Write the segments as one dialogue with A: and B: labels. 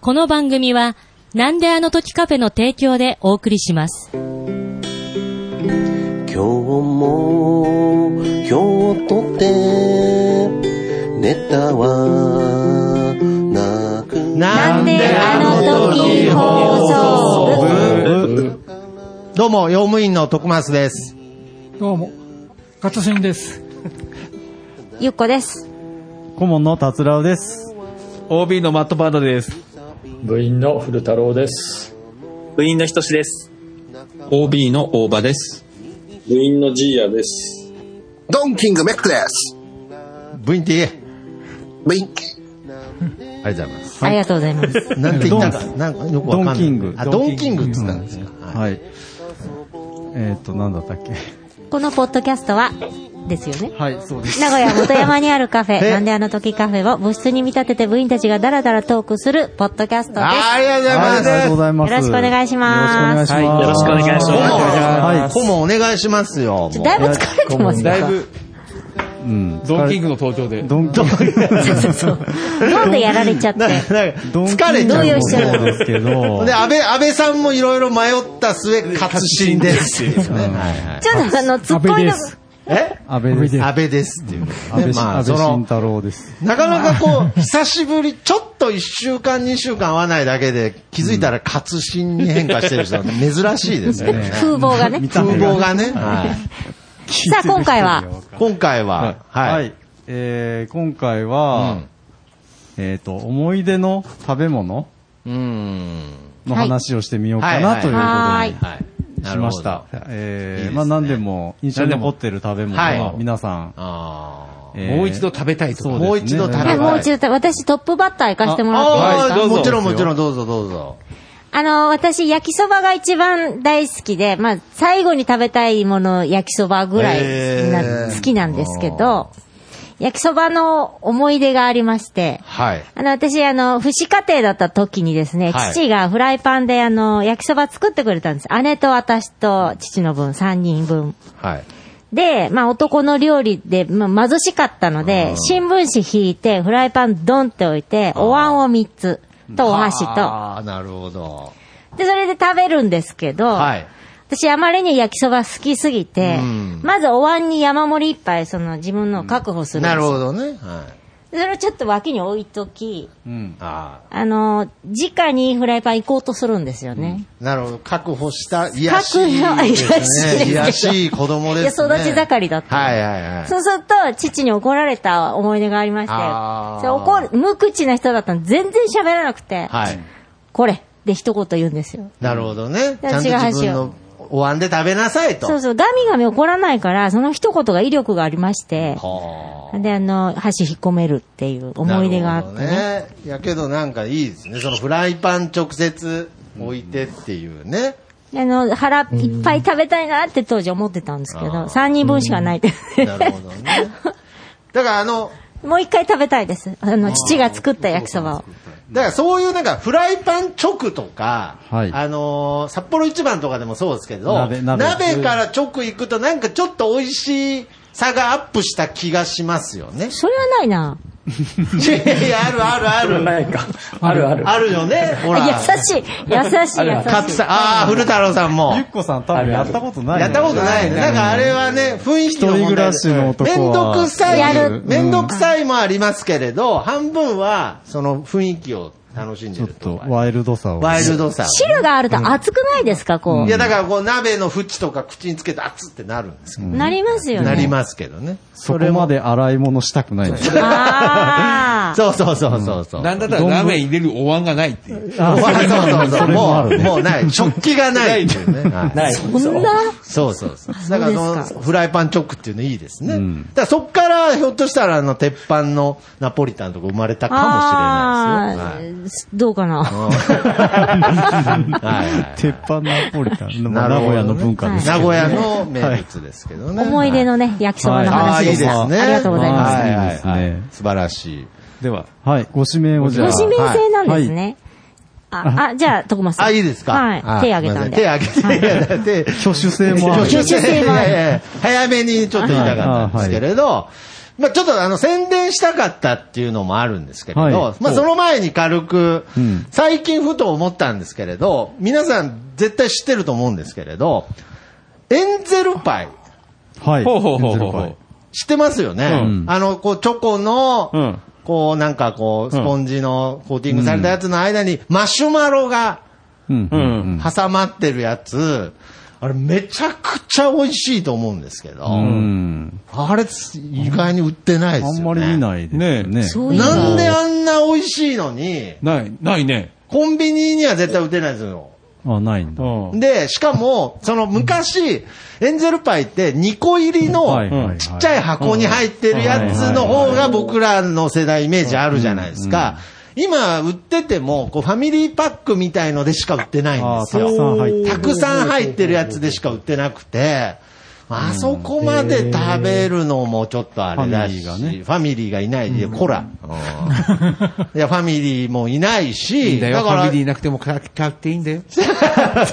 A: この番組は、なんであの時カフェの提供でお送りします。
B: 今日も今日とてネタはなく
C: なん
A: であの時
C: 放送部どうも、用務員の徳松です。
D: どうも、ガチャシンです。
E: ゆっこです。
F: 顧問の達郎です。
G: OB のマットパードです。
H: 部員の古太郎です。
I: 部員のひとしです。
G: OB の大場です。
I: 部員のジーヤです。
B: ドンキングメックです。
C: VTA。
B: ブイン
C: ありがとうございます。
E: ありがとうございます。
C: なんて言ったんですかなんかよくわかんない。
F: ドンキング
C: あ、ドンキングって言ったんですか。はい。
F: はい。えっ、と、なんだったっけ。
E: このポッドキャストは、ですよね。
F: はい、そうです。
E: 名古屋元 山にあるカフェ、
C: え
E: なんであの時カフェを部室に見立てて部員たちがダラダラトークするポッドキャストです。
C: あありがとうござい
F: はい、ありがとうご
C: ま
F: ざいます。
E: よろしくお願いします
F: よ
I: よ
F: ろ
I: ろ
F: し
I: し
F: く
I: く
F: お
I: お
F: 願
I: 願い
F: いし
I: し
F: ま。
I: ますす
F: は
C: す。顧問お願いしますよ。
E: ちょだいぶ疲れてます
G: だい
E: よ。
G: ぶ、
F: い。うん。
G: ドンキングの登場で。
F: ドンキング。
E: 飲んでやられちゃって
C: な。なんか
F: ドンキング。
C: 疲れちゃ
E: 動揺しちゃう
F: そうですけど。
C: で、安倍、安倍さんもいろいろ迷った末、活心です。
F: うん
E: ちょっとあの、ツッコミの、
C: え
F: 安倍です。
C: 安倍ですっていうね。
F: 安倍し、
C: まあ、
F: 安
C: そ
F: 倍
C: の
F: 晋、太郎です。
C: なかなかこう、久しぶり、ちょっと一週間、二週間会わないだけで、気づいたら活心に変化してる人なんて珍しいですね。
E: 風貌がね。
C: 風貌 がね。は
E: さあ、今回は、
C: い。今回は、
F: は
C: はいい。。
F: えー、今回
C: う
F: は
C: ん、
F: えっと、思い出の食べ物
C: うん。
F: の話をしてみようかな
C: は
F: いということで。
E: はーい。
C: はい。な
F: し
C: るほ
F: ま
C: ど
F: した。えー
C: いいですね
F: まあ何でも印象に残ってる食べ物
C: 何でもは
F: はい皆さん、
C: あ
F: えー
G: もう一度食べたいと。
F: そうですね
C: もう一度食べた
E: はいい、もう一度、私トップバッター行かせても
C: あ。
E: らっていいです
C: あ
E: か
C: あ、もちろんもちろん、どうぞどうぞ。
E: あの、私、焼きそばが一番大好きで、まあ、最後に食べたいもの、焼きそばぐらいな、
C: へー
E: 好きなんですけど、焼きそばの思い出がありまして、
C: はい。
E: あの、私、あの、父子家庭だった時にですね、
C: はい
E: 父がフライパンで、あの、焼きそば作ってくれたんです。姉と私と父の分、3人分。
C: はい。
E: で、まあ、男の料理で、まあ、貧しかったので、新聞紙引いて、フライパンドンって置いて、お椀を3つ、とお箸と、
C: ああ、なるほど。
E: で、それで食べるんですけど、
C: はい。
E: 私あまりに焼きそば好きすぎて、
C: うん
E: まずお椀に山盛り一杯、その自分のを確保するんです
C: な
E: よ
C: るほどね。はい。
E: でそれをちょっと脇に置いとき、
F: うん、
C: あ
E: あの、直にフライパン行こうとするんですよね。
C: あ。なるほど。確保した、いやしい。
E: 確保いやしいですけど
C: いやしい子供
E: い
C: で
E: や、
C: すね。
E: 育ち盛りだった。
C: はいはいはい。
E: そうすると、父に怒られた思い出がありまして、
C: あー
E: それ怒る、無口な人だったの全然喋らなくて、
C: はい。
E: これって一言言うんですよ。
C: なるほどね。ち
E: うん
C: ゃんと
E: 違う箸を
C: 自分のお椀で食べなさいと。
E: そうそう、ガミガミ怒らないから、その一言が威力がありまして、
C: はあ
E: で、あの、箸引っ込めるっていう思い出があって
C: なるほどね。いやけどなんかいいですね。そのフライパン直接置いてっていうね。
E: あの、腹いっぱい食べたいなって当時思ってたんですけど、
C: あー
E: 3人分しかないって。
C: なるほどね。だからあの、
E: もう一回食べたいです。あの、父が作った焼きそばを。。
C: だからそういうなんかフライパン直とか、
F: はい
C: あのー札幌一番とかでもそうですけど、
F: 鍋鍋
C: から直行くとなんかちょっと美味しい差がアップした気がしますよね
E: それはないな。
C: いやいや、あるあるある。
H: ないか。あるある。
C: あるよね、ほ
E: 優
C: ら。
E: しい、優しい、優
C: カツ
E: しい。
C: さん、ああ、古太郎さんも
F: ゆっ。こさん多分やったことない、
C: やったことないね。なんかあれはね、雰囲気の
F: 一人
C: 問題で
F: 暮らしの男は
C: めんどくさ
E: や
C: い
E: る、
C: めんどくさいもありますけれど、半分は、その雰囲気を楽しんで
F: ちょっ
C: ると
F: と
C: か。
F: ワイルドさを。
C: ワイルドさ。
E: 汁があると熱くないですか、こ。
C: いうや、だからこう、鍋の縁とか口につけて熱ってなるんですけど。
E: なりますよね。
C: なりますけどね。
F: そこまで洗い物したくないんですよ。
E: あ
C: そうそうそうそうそう。
G: なんだったらラーメン入れるお椀がないっていう。
C: もうそうそうそう。も
F: あ
C: う、
F: るね
C: もうない。食器がないっていうね。はい
H: ない。
E: あ。そんな
C: そうそうそう。だからそのフライパンチョックっていうのいいですね。
F: うん
C: だからそっからひょっとしたらあの鉄板のナポリタンとか生まれたかもしれないですよ。
E: あーどうかな。
C: はいはい
F: 鉄板ナポリタン。
C: なる
F: 名古
C: ほどね
F: 屋の文化ですけど。
C: 名古屋の名物ですけどね。
E: 思い出のね、焼きそばの
C: ああ、
E: 話
C: い
E: で
C: いで
E: し
C: す
E: た。
C: ね。
E: ありがとうございます。
C: はいはいは
F: い
C: い
F: いですね
C: 素晴らしい。
G: では、
F: はい、ご指名をじゃあ。
E: ご指名制なんです
F: はい
E: ね。あ、あ、じゃあ、徳松さん。
C: あ、いいですか
E: はい。手挙げたんで。
C: 手挙げて、手挙げて。
F: 挙手制もある
C: 挙手制
E: 挙手制もある
C: いやいや早めにちょっと言いたかったんですけれど、まあちょっとあの宣伝したかったっていうのもあるんですけれど、
F: はい
C: まあその前に軽く
F: うん、
C: 最近ふと思ったんですけれど、皆さん絶対知ってると思うんですけれど、エンゼルパイ、
F: はい。
G: ほうほうほうほうほ
F: エンゼル
G: う。
C: 知ってますよね、
F: うん
C: あの、こう、チョコの、
F: うん
C: こう、なんかこう、スポンジのコーティングされたやつの間に、マシュマロが
F: パイうん。うんうん
C: 挟まってるやつ、あれ、めちゃくちゃ美味しいと思うんですけど、
F: うん。
C: あれ、意外に売ってないで
F: あ
C: す
F: ん
C: よ
F: ま
C: ね。
F: り見ないですよね。
A: そういうの
C: なんであんな美味しいのに、
G: ない、ないね。
C: コンビニには絶対売ってないですよ。
F: あ、ないんだ。
G: うん。
C: で、しかも、その昔、エンゼルパイって2個入り
F: はいはいは
C: の
F: い
C: ちっちゃい箱に入ってるやつの方が僕らの世代イメージあるじゃないですか。今、売ってても、こう、ファミリーパックみたいのでしか売ってないん
F: あ
C: で
F: ー
C: す
F: たく
C: よ。
F: さん入ってる。
C: たくさん入ってるやつでしか売ってなくて、あそこまで食べるのもちょっとあれだし、
F: フ
C: フ
F: ァミ
C: ァ
F: リーが
C: ミリーがいないで、こら。うんいや、ファミリーもいない
G: いい
C: し、
G: んだよ。
C: だ
G: フ
C: か
G: ァ
C: ら
G: ミ、リーなくても買買っていいんだ よ。
F: 優しい。
C: ね、フ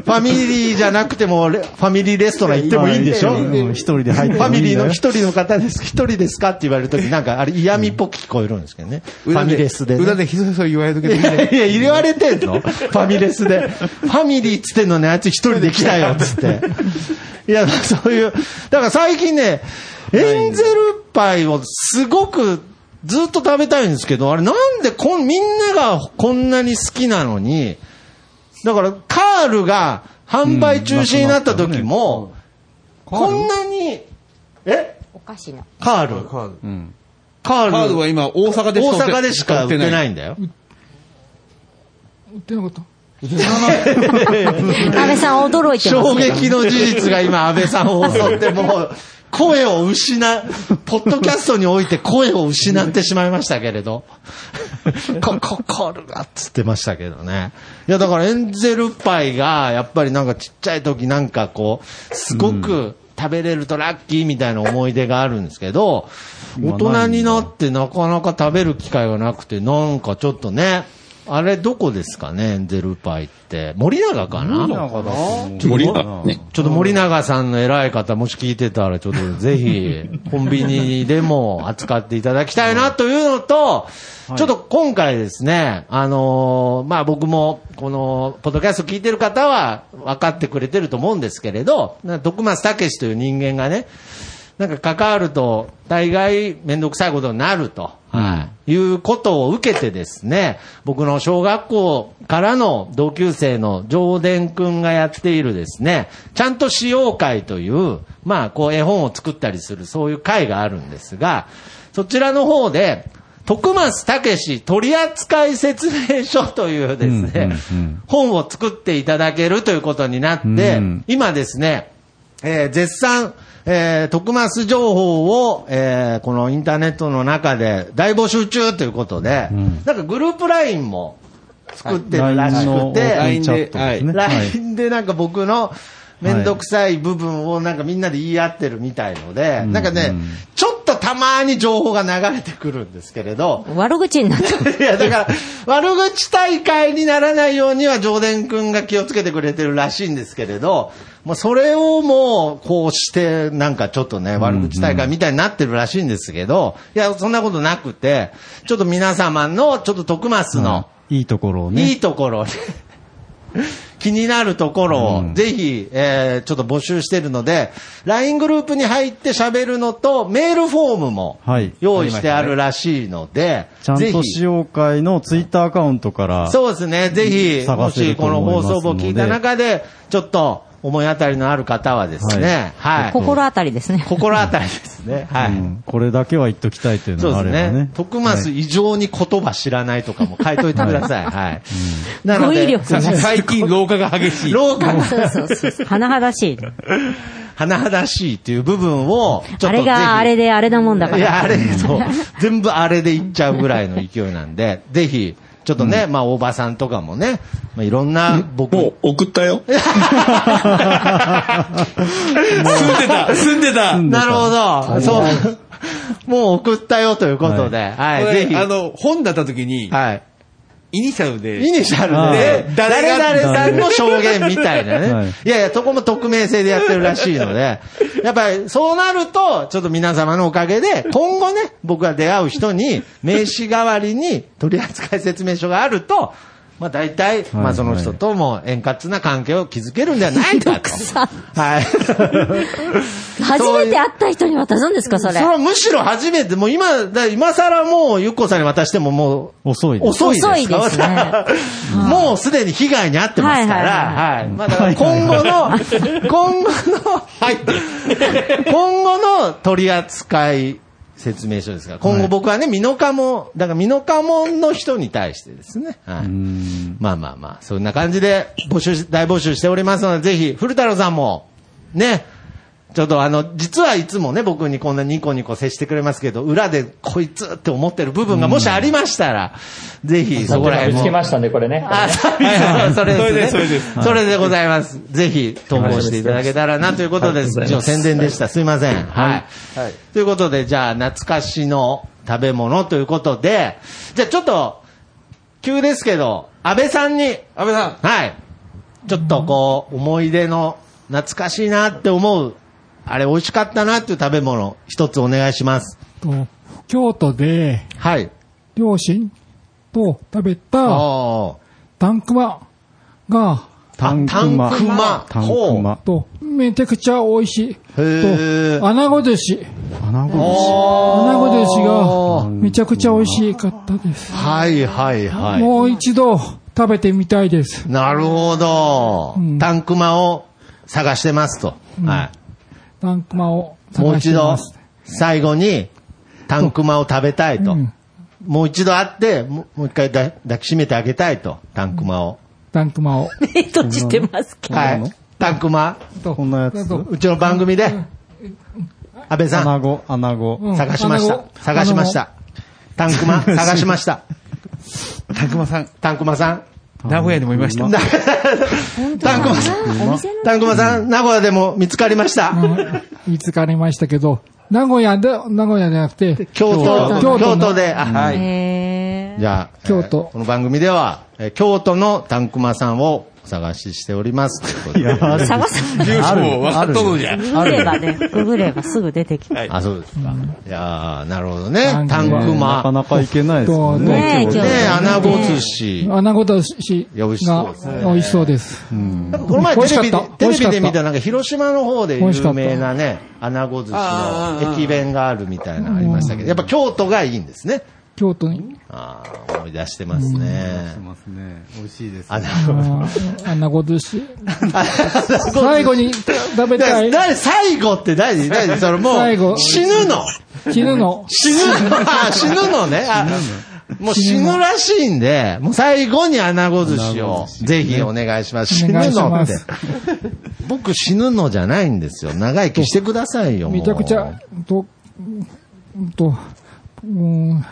C: ァミリーじゃなくても、レファミリーレストラン行ってもいいんでしょ
F: う
C: フ
F: ん一人で入っても
C: ァ
F: いい
C: ミ
F: んだ
C: リー
F: よ
C: の一人の方です、一人ですかって言われるとき、なんかあれ嫌味っぽく聞こえるんですけどね。ファミレスでね、
G: 裏でひそひそ言われるけどいいん
C: い
G: だよ。
C: やいや、入れられてんのファミレスで。ファミリーっつってんのね、あいつ一人で来たよ、つ って。いや、そういう。だから最近ね、エンゼルパイをすごくずっと食べたいんですけど、あれなんでこん、みんながこんなに好きなのに、だからカールが販売中止になった時も、こんなに、え
E: お菓 子の。
C: カール
F: うん。
C: カ
G: カー
C: ー
G: ド
C: ル
G: は今、大阪で
C: 大
G: 売って。
C: 阪でしか売ってないいんだよ。
D: 売ってなかった。
E: 安倍さん驚いてます
C: 衝
E: けど。
C: 撃の事実が今、安倍さんを襲って、もう、声を失、ポッドキャストにおいて声を失ってしまいましたけ れど。こ、こ、こるが、つってましたけどね。いや、だからエンゼルパイが、やっぱりなんかちっちゃい時なんかこう、すごく食べれるとラッキーみたいな思い出があるんですけど、大人になってなかなか食べる機会がなくて、なんかちょっとね、あれどこですかね、エンゼルパイって。森永かな
G: 森がね。
C: ちょっと森永さんの偉い方、もし聞いてたら、ちょっとぜひ、コンビニでも扱っていただきたいなというのと、ちょっと今回ですね、あのーまあ、僕も、この、ポッドキャスト聞いてる方は、分かってくれてると思うんですけれど、な徳松武史という人間がね、なんか関わると、大概めんどくさいことになると、はい、いうことを受けてですね、僕の小学校からの同級生の上田くんがやっているですね、ちゃんと使用会という、まあ、こう絵本を作ったりするそういう会があるんですが、そちらの方で、徳松武史取扱説明書というですね、
F: うんうんうん
C: 本を作っていただけるということになって、
F: うん
C: 今ですね、えー絶賛、えー、徳マス情報を、えーこのインターネットの中で大募集中ということで、なんかグループ LINE も作ってるらしく
F: LINE
C: て、
F: の
G: LINE
F: チャットですね。はい
C: LINE でなんか僕のめんどくさい部分をなんかみんなで言い合ってるみたいので、なんかね、ちょっとたまに情報が流れてくるんですけれど、
E: 悪口になった。
C: いや、だから、悪口大会にならないようには、上田くんが気をつけてくれてるらしいんですけれど、もうそれをもう、こうして、なんかちょっとね、悪口大会みたいになってるらしいんですけど、いや、そんなことなくて、ちょっと皆様の、ちょっと徳松の、
F: いいところを
C: い
F: ね。
C: いところ、気になるところを、ぜひ、えーちょっと募集してるので、LINE グループに入って喋るのと、メールフォームも
F: はい
C: 用意してあるらしいので、
F: ちゃん
C: ぜ
F: と
C: ひ
F: 使用会のツイッターアカウントから。
C: そうですね。ぜひ、も
F: 探せ
C: し
F: ると
C: この
F: 思いま
C: 放
F: すので
C: 送部を聞いた中で、ちょっと思い当たりのある方はですね、はい。
E: 心当たりですね。
C: 心当たりですね。 は
F: う
C: い。
F: んこれだけは言っときたいという
C: そ
F: の
C: う
F: があ
C: で
F: れ
C: す
F: ば
C: ね
F: ね。。
C: 徳松異常に言葉知らないとかも書いといてください。はい。なの
E: 語彙
C: で、
E: 力が。
G: 最近、老化が激しい。
C: 廊下が
E: そうそう そう。甚だしい。
C: 甚だしいっていう部分を、ちょっと
E: あれ
C: ぜひ
E: があれであれなもんだか
C: いや、
E: ら。
C: あれ、そう。全部あれでいっちゃうぐらいの勢いなんで、 ぜひ、ちょっとね、まあ、大場さんとかもね、まあ、いろんな、僕、
I: もう送った よ。
G: 住んでた、住んでた。
C: なるほど。そう。もう送ったよということで、はい、
G: これ
C: ぜひ。
G: あの、本だった時に、
C: はい。
G: イニシャルで。
C: イニシャルでね、
G: 誰
C: 誰
G: が
C: 々さんの証言みたいなね。
F: はいい、
C: やいや、そこも匿名性でやってるらしいので、やっぱりそうなると、ちょっと皆様のおかげで、今後ね、僕が出会う人に、名刺代わりに取扱説明書があると、まあ大体、まあその人とも円滑な関係を築けるんじゃない かと。はい。
E: 初めて会った人に渡すんですか、そ
C: そ
E: れ
C: れ。はむしろ初めて、もう今、だ今更もうゆっこさんに渡してももう、
F: 遅いです。
C: 遅いです
E: 遅い ですね
C: まだもうすでに被害に遭ってますから、はいまあだから今後 の、今後の、今後の取り扱い説明書ですから、今後僕はね、ミノカモ、だからミノカモの人に対してですね、はい、まあまあまあ、そんな感じで募集し、大募集しておりますので、ぜひ、古太郎さんも、ね、ちょっとあの、実はいつもね、僕にこんなニコニコ接してくれますけど、裏でこいつって思ってる部分がもしありましたら、ぜひそこら辺
H: 見
C: も。
H: つけましたね、これね。
C: あ、そうですそれです、
G: そ
C: ね。
G: れですそれです
C: それでございます。ぜひ投稿していただけたらなということです。
H: はい
C: 以上宣伝でした。すいません。はい。ということで、じゃあ、懐かしの食べ物ということで、じゃあちょっと、急ですけど、安倍さんに、
G: 安倍さん。
C: はい。ちょっとこう、思い出の、懐かしいなって思う、あれ美味しかったなっていう食べ物、一つお願いします。
D: と、京都で
C: はい。
D: 両親と食べ
C: あ
D: た
C: あ。
D: タンクマが、
C: タンクマ。
F: タンク
C: マ
F: タン
C: ほ
F: ク
C: う
F: マ。
D: と、めちゃくちゃ美味しい。
C: へー
D: と、穴子寿司。
F: 穴
D: 穴
F: 子
D: 子寿司
C: お
D: が
C: ー
D: めちゃくちゃ美味しかったです。
C: はいはいはい。
D: もう一度食べてみたいです。
C: なるほど。
D: うん
C: タンクマを探してますと。は
D: タンクマを
C: い。も
D: 探
C: う
D: し
C: 一
D: て
C: 度
D: ます。、
C: 最後に、タンクマを食べたいと。
D: うん
C: もう一度会って、ももう一回だ抱きしめてあげたいと。タンクマを。
D: タンクマを。
E: 目閉じてますけど。
C: はい。タンクマ、
D: と
F: こんなやつ
D: あと
C: うちの番組で、安倍さん、
F: 穴子、穴子。
D: うん
C: 探しまし
D: 穴
C: た。
D: 子
C: 探しました。タンクマ、探しました。
G: たくまさん。
C: タンクマさん。
G: 名古屋にもいました。
C: タン
E: 本当だ
C: タンクマさ
E: お店の。
C: クマさん、名古屋でも見つかりました。
D: うん見つかりましたけど、名古屋で、名古屋じゃなくて、
C: 京都、
E: 京
C: 京都
D: 都
C: で、あは
E: へ
C: い。
E: え。
C: じゃあ、
D: 京都
C: えーこの番組では、えー京都のタンクマさんをお探ししております。ということで
F: やある
E: 探さない。
G: 住所も分かっとるんじゃん。
E: ググればね、ググればすぐ出てきます。
C: あ、そうですか。いやーなるほどね。タ
D: タ
C: ン
D: ンクマ
F: な
C: ク
F: か
C: マ。
F: なかいけないですよね。
E: ねえ
C: ね
E: 京都
C: 穴子寿司。
D: 穴子寿司
C: いや美味しそう
D: が
C: ですね
D: 美味しそうです。
C: なんかこの前
D: 美味
C: テ
D: し
C: レ
D: かっ
C: ビ
D: た
C: で、テ
D: 美
C: レビで
D: 味しかった
C: 見たなんか広島の方で有名なね、穴子寿司の駅弁があるみたいなのありましたけど、やっぱ京都がいいんですね。
D: 京都に、
C: ああ、思い出してますね。
F: 美味しいです。
C: 穴子
D: あ ー穴子寿司。
C: 穴子寿司
D: 最後に食べ
C: だ
D: たい。
C: だ最後って何何それも
D: 最後
C: う、死ぬの
D: 死ぬの。
C: 死ぬのあ死ぬのね。あもう死ぬらしいんで、もう最後に穴子寿司を、ぜひお願いします。
D: お
C: 死ぬ
D: 願いし
C: の
D: ま
C: って
D: す。
C: 僕死ぬのじゃないんですよ。長生きしてくださいよ、もう
D: めちゃくちゃ。、と、うんと、うん、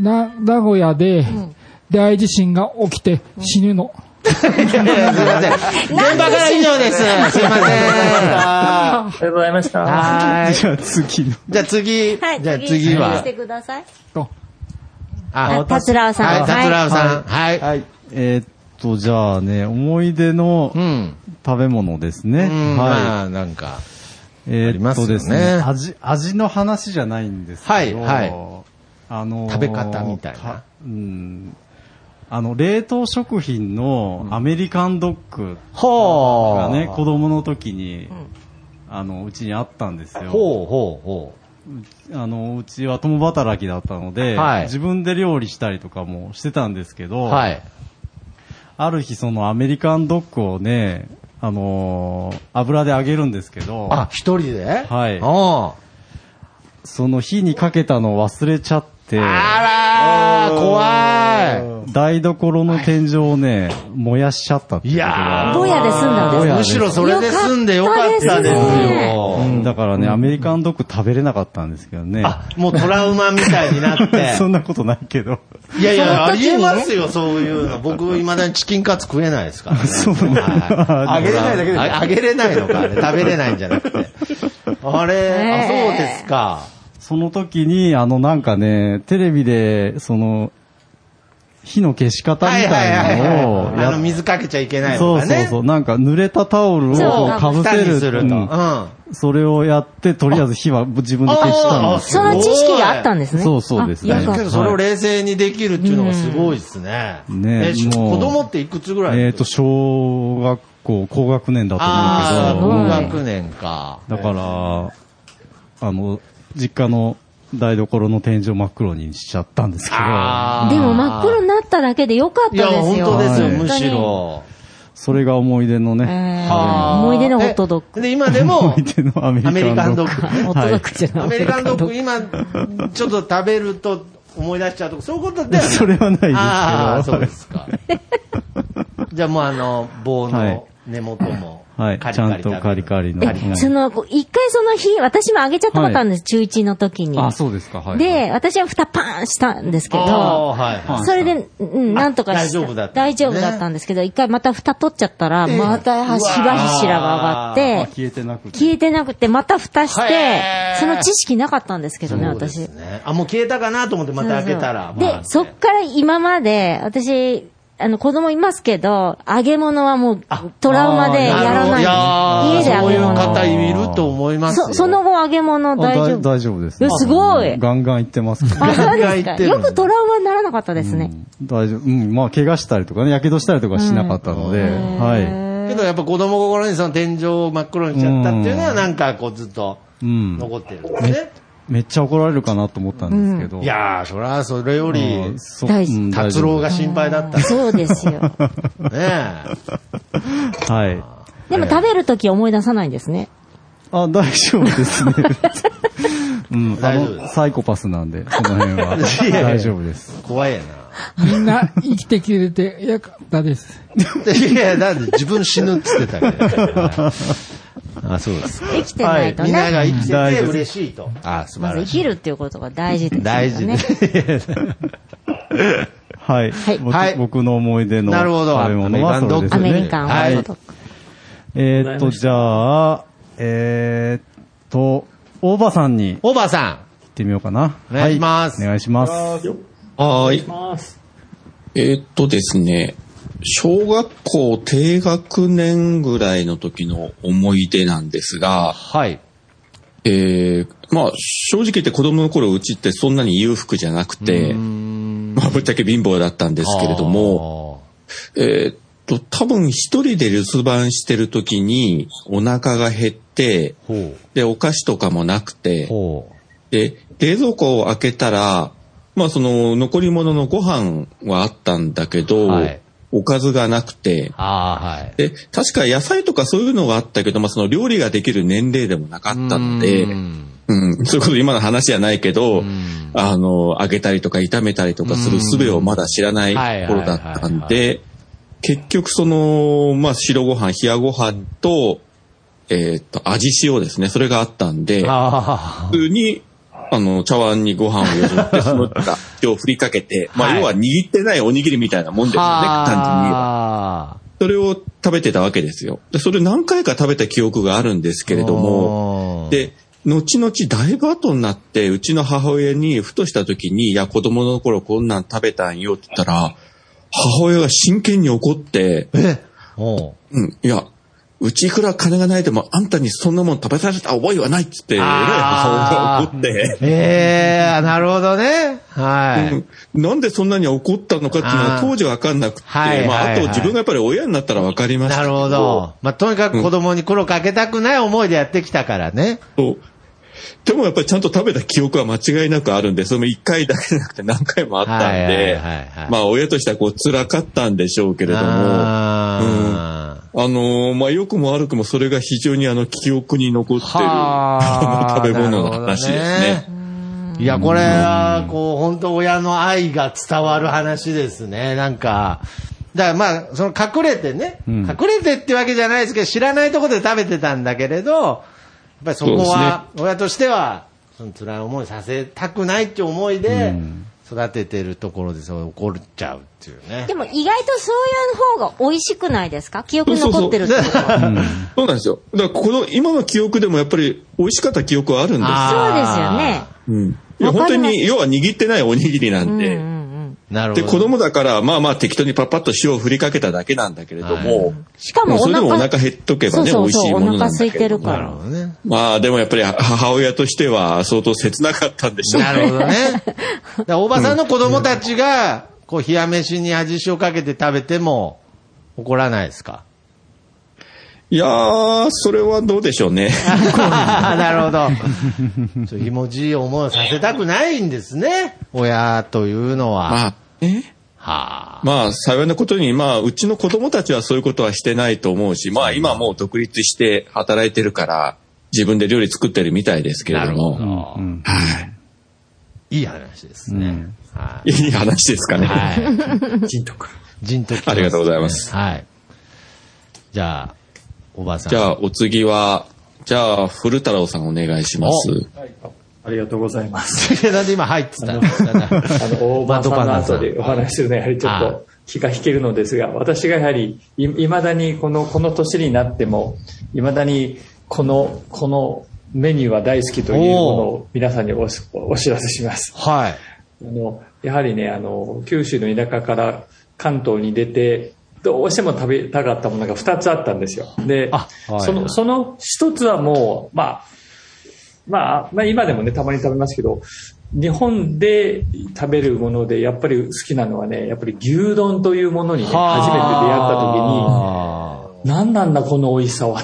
D: な、名古屋で大地震が起きて死ぬの。
C: いやいやすいません。現場から以上です。すいません。
H: ありがとうございました。
C: はい。
F: じゃあ次の。
C: じゃあ次、
E: はい。
C: じゃあ次は
E: して、ください。
D: と、
C: あ
E: あ、たつらおさん。
C: はい、タツラウさん。はい。
F: はい。えーっと、じゃあね、思い出の
C: うん。
F: 食べ物ですね。
C: うん
F: は
C: まあ、なんか。
F: い。え
C: ありま
F: ーっ
C: すよ
F: と
C: ね
F: ですね、味、味の話じゃないんですけど、
C: はい
F: あのー
C: 食べ方みたいな
F: かうん。あの、冷凍食品のアメリカンドッグ
C: ほ
F: が
C: う。
F: ね、子供の時に、あの、うちにあったんですよ。
C: ほうほうほ
F: あの、うちは共働きだったので、
C: はい
F: 自分で料理したりとかもしてたんですけど、
C: う。はい。
F: ある日そのアメリカンドッグをね、あのー油で揚げるんですけど、
C: あ、一人で
F: はい
C: あ
F: その火にかけたのを忘れちゃって、
C: あらー、怖
F: 台所の天井をね、燃やしちゃったって
C: い。い
F: こと
C: やー。
E: ぼやで済んだんです
F: ね
C: むしろそれで済んでよかったです
E: よかったです
C: よ
E: ね。
F: うんだからね、アメリカンドッグ食べれなかったんですけどね。
C: あ、もうトラウマみたいになっ
F: そん
C: て。
F: なことないけど。
C: いやいや、ありえますよ、そういうの。僕、未だにチキンカツ食えないですからね。
F: そう
C: は
G: あげれないだけで
C: ああげれないの か、あれ食べれないんじゃなくて。あれ、あ、
E: ねえ
C: そうですか。
F: その時に、あのなんかね、テレビで、その、火の消し方み
C: はいはい
F: た
C: はいい
F: なのを
C: はい。あ
F: や
C: の、
F: っ
C: 水かけちゃいけない
F: そ
C: の
F: う
C: か
F: そ
C: ね。
F: うそう。なんか濡れたタオルを
E: そう
F: こうかぶせ
C: 蓋に
F: る
C: す
F: う
C: ると。うん。
F: ん
C: あ
F: それをやって、とりあえず火は自分で消したんです
E: その知識があったんですね。
F: そうそうですね
E: あよかっ
C: け
E: た
C: どそれを冷静にできるっていうのがすごいですね。
F: うんねえ
C: えし子
F: もう
C: 供っていくつぐらい
F: えっと、小学校、高学年だと
C: ああ、
F: 思
C: 高
F: うけど、
C: 学年か。
F: だから、あの、実家の台所の天井真っ黒にしちゃったんですけど、
C: あー
E: でも真っ黒になっただけでよかった
C: い
E: です
C: や、
E: よ。
C: 本当ですよ、
F: はい
C: むし
E: 本
C: ろ。
F: それが思い出の
E: 当に。
F: ね、
E: えー
C: あー
E: 思い出のホットドッグ。
C: で、今でも
F: 思い、出のアメ
C: アメリ
F: リ
C: カ
F: カ
C: ン
F: ンド
C: ド
F: ッグ。
C: ッグ。
E: ホットドッグじゃない。
C: アメリカンドッグ、今、ちょっと食べると思い出しちゃうとか、そういうことではない。
F: それはないですけど
C: ああ、そう
F: は
C: で
F: い
C: すか。じゃあもうあの、棒
F: はい
C: の根元も、
F: はい、ちゃんとカリカリの。うん
E: え、その、こう一回その日、私もあげちゃったことあるんです、中1の時に。
F: あ、そうですか、はい。
E: で、私は蓋パーンしたんですけ
C: ああ、
E: ど、
C: はいはい。
E: それで、うん、なんとかし
C: 大丈夫だった
E: 大丈夫だったんですけど、一回また蓋取っちゃったら、または火柱が上がっ
F: あ
E: て、
F: 消えてなくて。
E: 消えてなくて、また蓋し
C: へ
E: て
C: ー、
E: その知識なかったんですけどね、
C: そうで
E: 私
C: す。ね。あ、もう消えたかなと思ってまた開けたら。
E: で
C: バーン、て
E: そっから今まで、私、あの、子供いますけど、揚げ物はもう、トラウマでやら
C: い
E: ない。
C: や
E: 家で揚
C: そうい
E: げ
C: う
E: 物。
C: 方いると思いますよ。
E: そ、その後揚げ物
F: あ
E: 大丈
F: だ
E: 夫
F: い大丈夫です。
E: いやすごい
F: ガンガンいってますけど。
E: あ、そうです
C: ガンガン行っ
E: か。
C: てる
E: よくトラウマにならなかったですね。
F: 大丈夫。うん、まあ、怪我したりとかね、火傷したりとかしなかったので、は
C: けどやっぱ子供心にその天井を真っ黒にしちゃったっていうのはなんかこうずっと
F: い。うん。
C: 残ってるんですね。
F: めっちゃ怒られるかなと思ったんですけど。
C: いやー、そりゃそれよ
F: う
C: り
F: ん、、そ
E: 大事
F: うん大
C: 達
F: 丈夫
C: 郎が心配だったね
E: そうです よ。
C: え。
F: はい。
E: でも食べるとき思い出さないんですね。
F: あ、大丈夫です ね。うん、あ
C: 大丈夫で
F: の、サイコパスなんで、その辺は。大丈夫です。
C: 怖いや
D: みんな生きてきれてよかったです。
C: な。 いや、なんで自分死ぬって言ってたけど。 あ、そうですか。
E: 生きてないと
C: みんな
E: ね。
C: が生きてて嬉しいと。あ、素
E: ま
C: 晴
E: ず生
C: らしい。
E: きるっていうことが大事ですよね。
C: 大事ね。
F: はい。
E: はい
F: 僕
C: はい
F: 僕の思い出の
C: な
F: 食
C: るほど
F: べ物はそれです
E: ア
F: よね。
E: メリカンは
C: はい
E: ホットドッグ
F: えーっと、じゃあ、えーっと、大場さんに行
C: おばさ
F: ってみようかな。
C: お願いします
F: はいお願いします。
G: はーい。
I: えーっとですね、小学校低学年ぐらいの時の思い出なんですが
C: ん。、はい。
I: えー、まあ正直言って子供の頃うちってそんなに裕福じゃなくて、まあぶっちゃけ貧乏だったんですけれども、えーっと、多分一人で留守番してる時にお腹が減って、
C: あー。ほ
I: で、お菓子とかもなくて
C: う。、ほう。
I: で、冷蔵庫を開けたら、まあその残り物のご飯はあったんだけど、
C: はい
I: おかずがなくて、
C: ああ、はい。
I: で、確か野菜とかそういうのがあったけど、まあその料理ができる年齢でもなかったので、
C: うん
I: うん、それこそ今の話じゃないけど、
C: ん
I: あの、揚げたりとか炒めたりとかする術をまだ知らない頃だった
C: う
I: ん
C: んはいはい
I: で、結局その、まあ白ご飯、冷やご飯と、えーっと、味塩ですね、それがあったんで、
C: あ
I: 普通に、あの、茶碗にご飯をよそって、 その塩を振りかけて、ま
C: は
I: あ、
C: い
I: 要は握ってないおにぎりみたいなもんです
C: あ。
I: よね、単純に言えば
C: ああ。
I: それを食べてたわけですよ。で、それ何回か食べた記憶があるんですけれども、
C: も、
I: で、後々だいぶ後になって、うちの母親にふとした時に、いや、子供の頃こんなん食べたんよって言ったら、母親が真剣に怒って、
C: おう
I: うん、いや、うちいくら金がないでも、あんたにそんなもん食べさせた覚えはないって言って、えらい母親が怒って、
C: ええなるほどね。はい。
I: うんなんでそんなに怒ったのかっていうのは
C: あー
I: 当時わかんなくて、
C: はい
I: ま
C: はい
I: あ、あ
C: はい
I: と自分がやっぱり親になったらわかりました
C: な
I: け
C: るほど。まあ、とにかく子供に苦労かけたくない思いでやってきたからね。
I: そうでもやっぱりちゃんと食べた記憶は間違いなくあるんで、その一回だけじゃなくて何回もあったん
C: はいは
I: で
C: いはいはい、
I: まあ親としてはこう辛かったんでしょうけれども、あ
C: あー
I: のーまあ良くも悪くもそれが非常にあの記憶に残ってる
C: はー
I: 食べ物の話です
C: なる
I: ね
C: ほ。どねいや、これは、こう、本当親の愛が伝わる話ですね。なんか、だからまあ、その隠れてね、
F: ん
C: 隠れてってわけじゃないですけど、知らないところで食べてたんだけれど、やっぱりそこは、親としては、その辛い思いさせたくないって思いで、育ててるところでそう怒っちゃうっていうね
E: で。も意外とそういう方が美味しくないですか記憶に残ってるってことは
I: そうなんですよ。だからこの今の記憶でもやっぱり美味しかった記憶はあるんですよ
C: あ
E: そうですよね。
I: うんいや
E: わか
I: 本当
E: ります
I: に、要は握ってないおにぎりなん
E: うん
I: で、
E: うんうん。
C: なるほ
I: で、
C: ど。
I: 子供だから、まあまあ適当にパッパッと塩を振りかけただけなんだけれども、
E: しかも
I: もう
E: お
I: それで
E: 腹、
I: もお腹減っとけばね、
E: そうそうそう
I: 美味しいものなんだ
E: お腹空いてるか
C: な
E: ら
C: る。ほどね。
I: まあでもやっぱり母親としては相当切なかったんでしょうね
C: なるほ どね。だからおばさんの子供たちが、こう、冷や飯に味塩かけて食べても、怒らないですか
I: いやー、それはどうでしょうね。
C: なるほ ど。そうひもじい思いをさせたくないんですね。親というのは。
I: まあ、え
C: はあ。
I: まあ、幸いなことに、まあ、うちの子供たちはそういうことはしてないと思うし、まあ、今もう独立して働いてるから、自分で料理作ってるみたいですけれど
C: なる
I: も、
C: ほど
F: うん
C: いい話ですね。はい。
I: いい話ですかね。
C: はい。人徳。人徳、
I: ありがとうございます
C: はい。じゃあ、おばあさん。
I: じゃあ、お次は、じゃあ、古太郎さんお願いします。
H: ありがとうございます。
C: なんで今入ってたんですかね
H: あの、大場さんの後でお話しするのはやはりちょっ
C: あ
H: と気が引けるのですが、私がやはり、い未だにこの、この年になっても、いまだにこの、このメニューは大好きというものを皆さんにおしお知らせします。
C: はい。
H: あの、やはりね、あの、九州の田舎から関東に出て、どうしても食べたかったものが2つあったんですよ。で、
C: あはい
H: その、その1つはもう、まあ、まあ、まあ今でもね、たまに食べますけど、日本で食べるもので、やっぱり好きなのはね、やっぱり牛丼というものにね、初めて出会った
C: は
H: 時に、何なんだこの美味しさ は。もう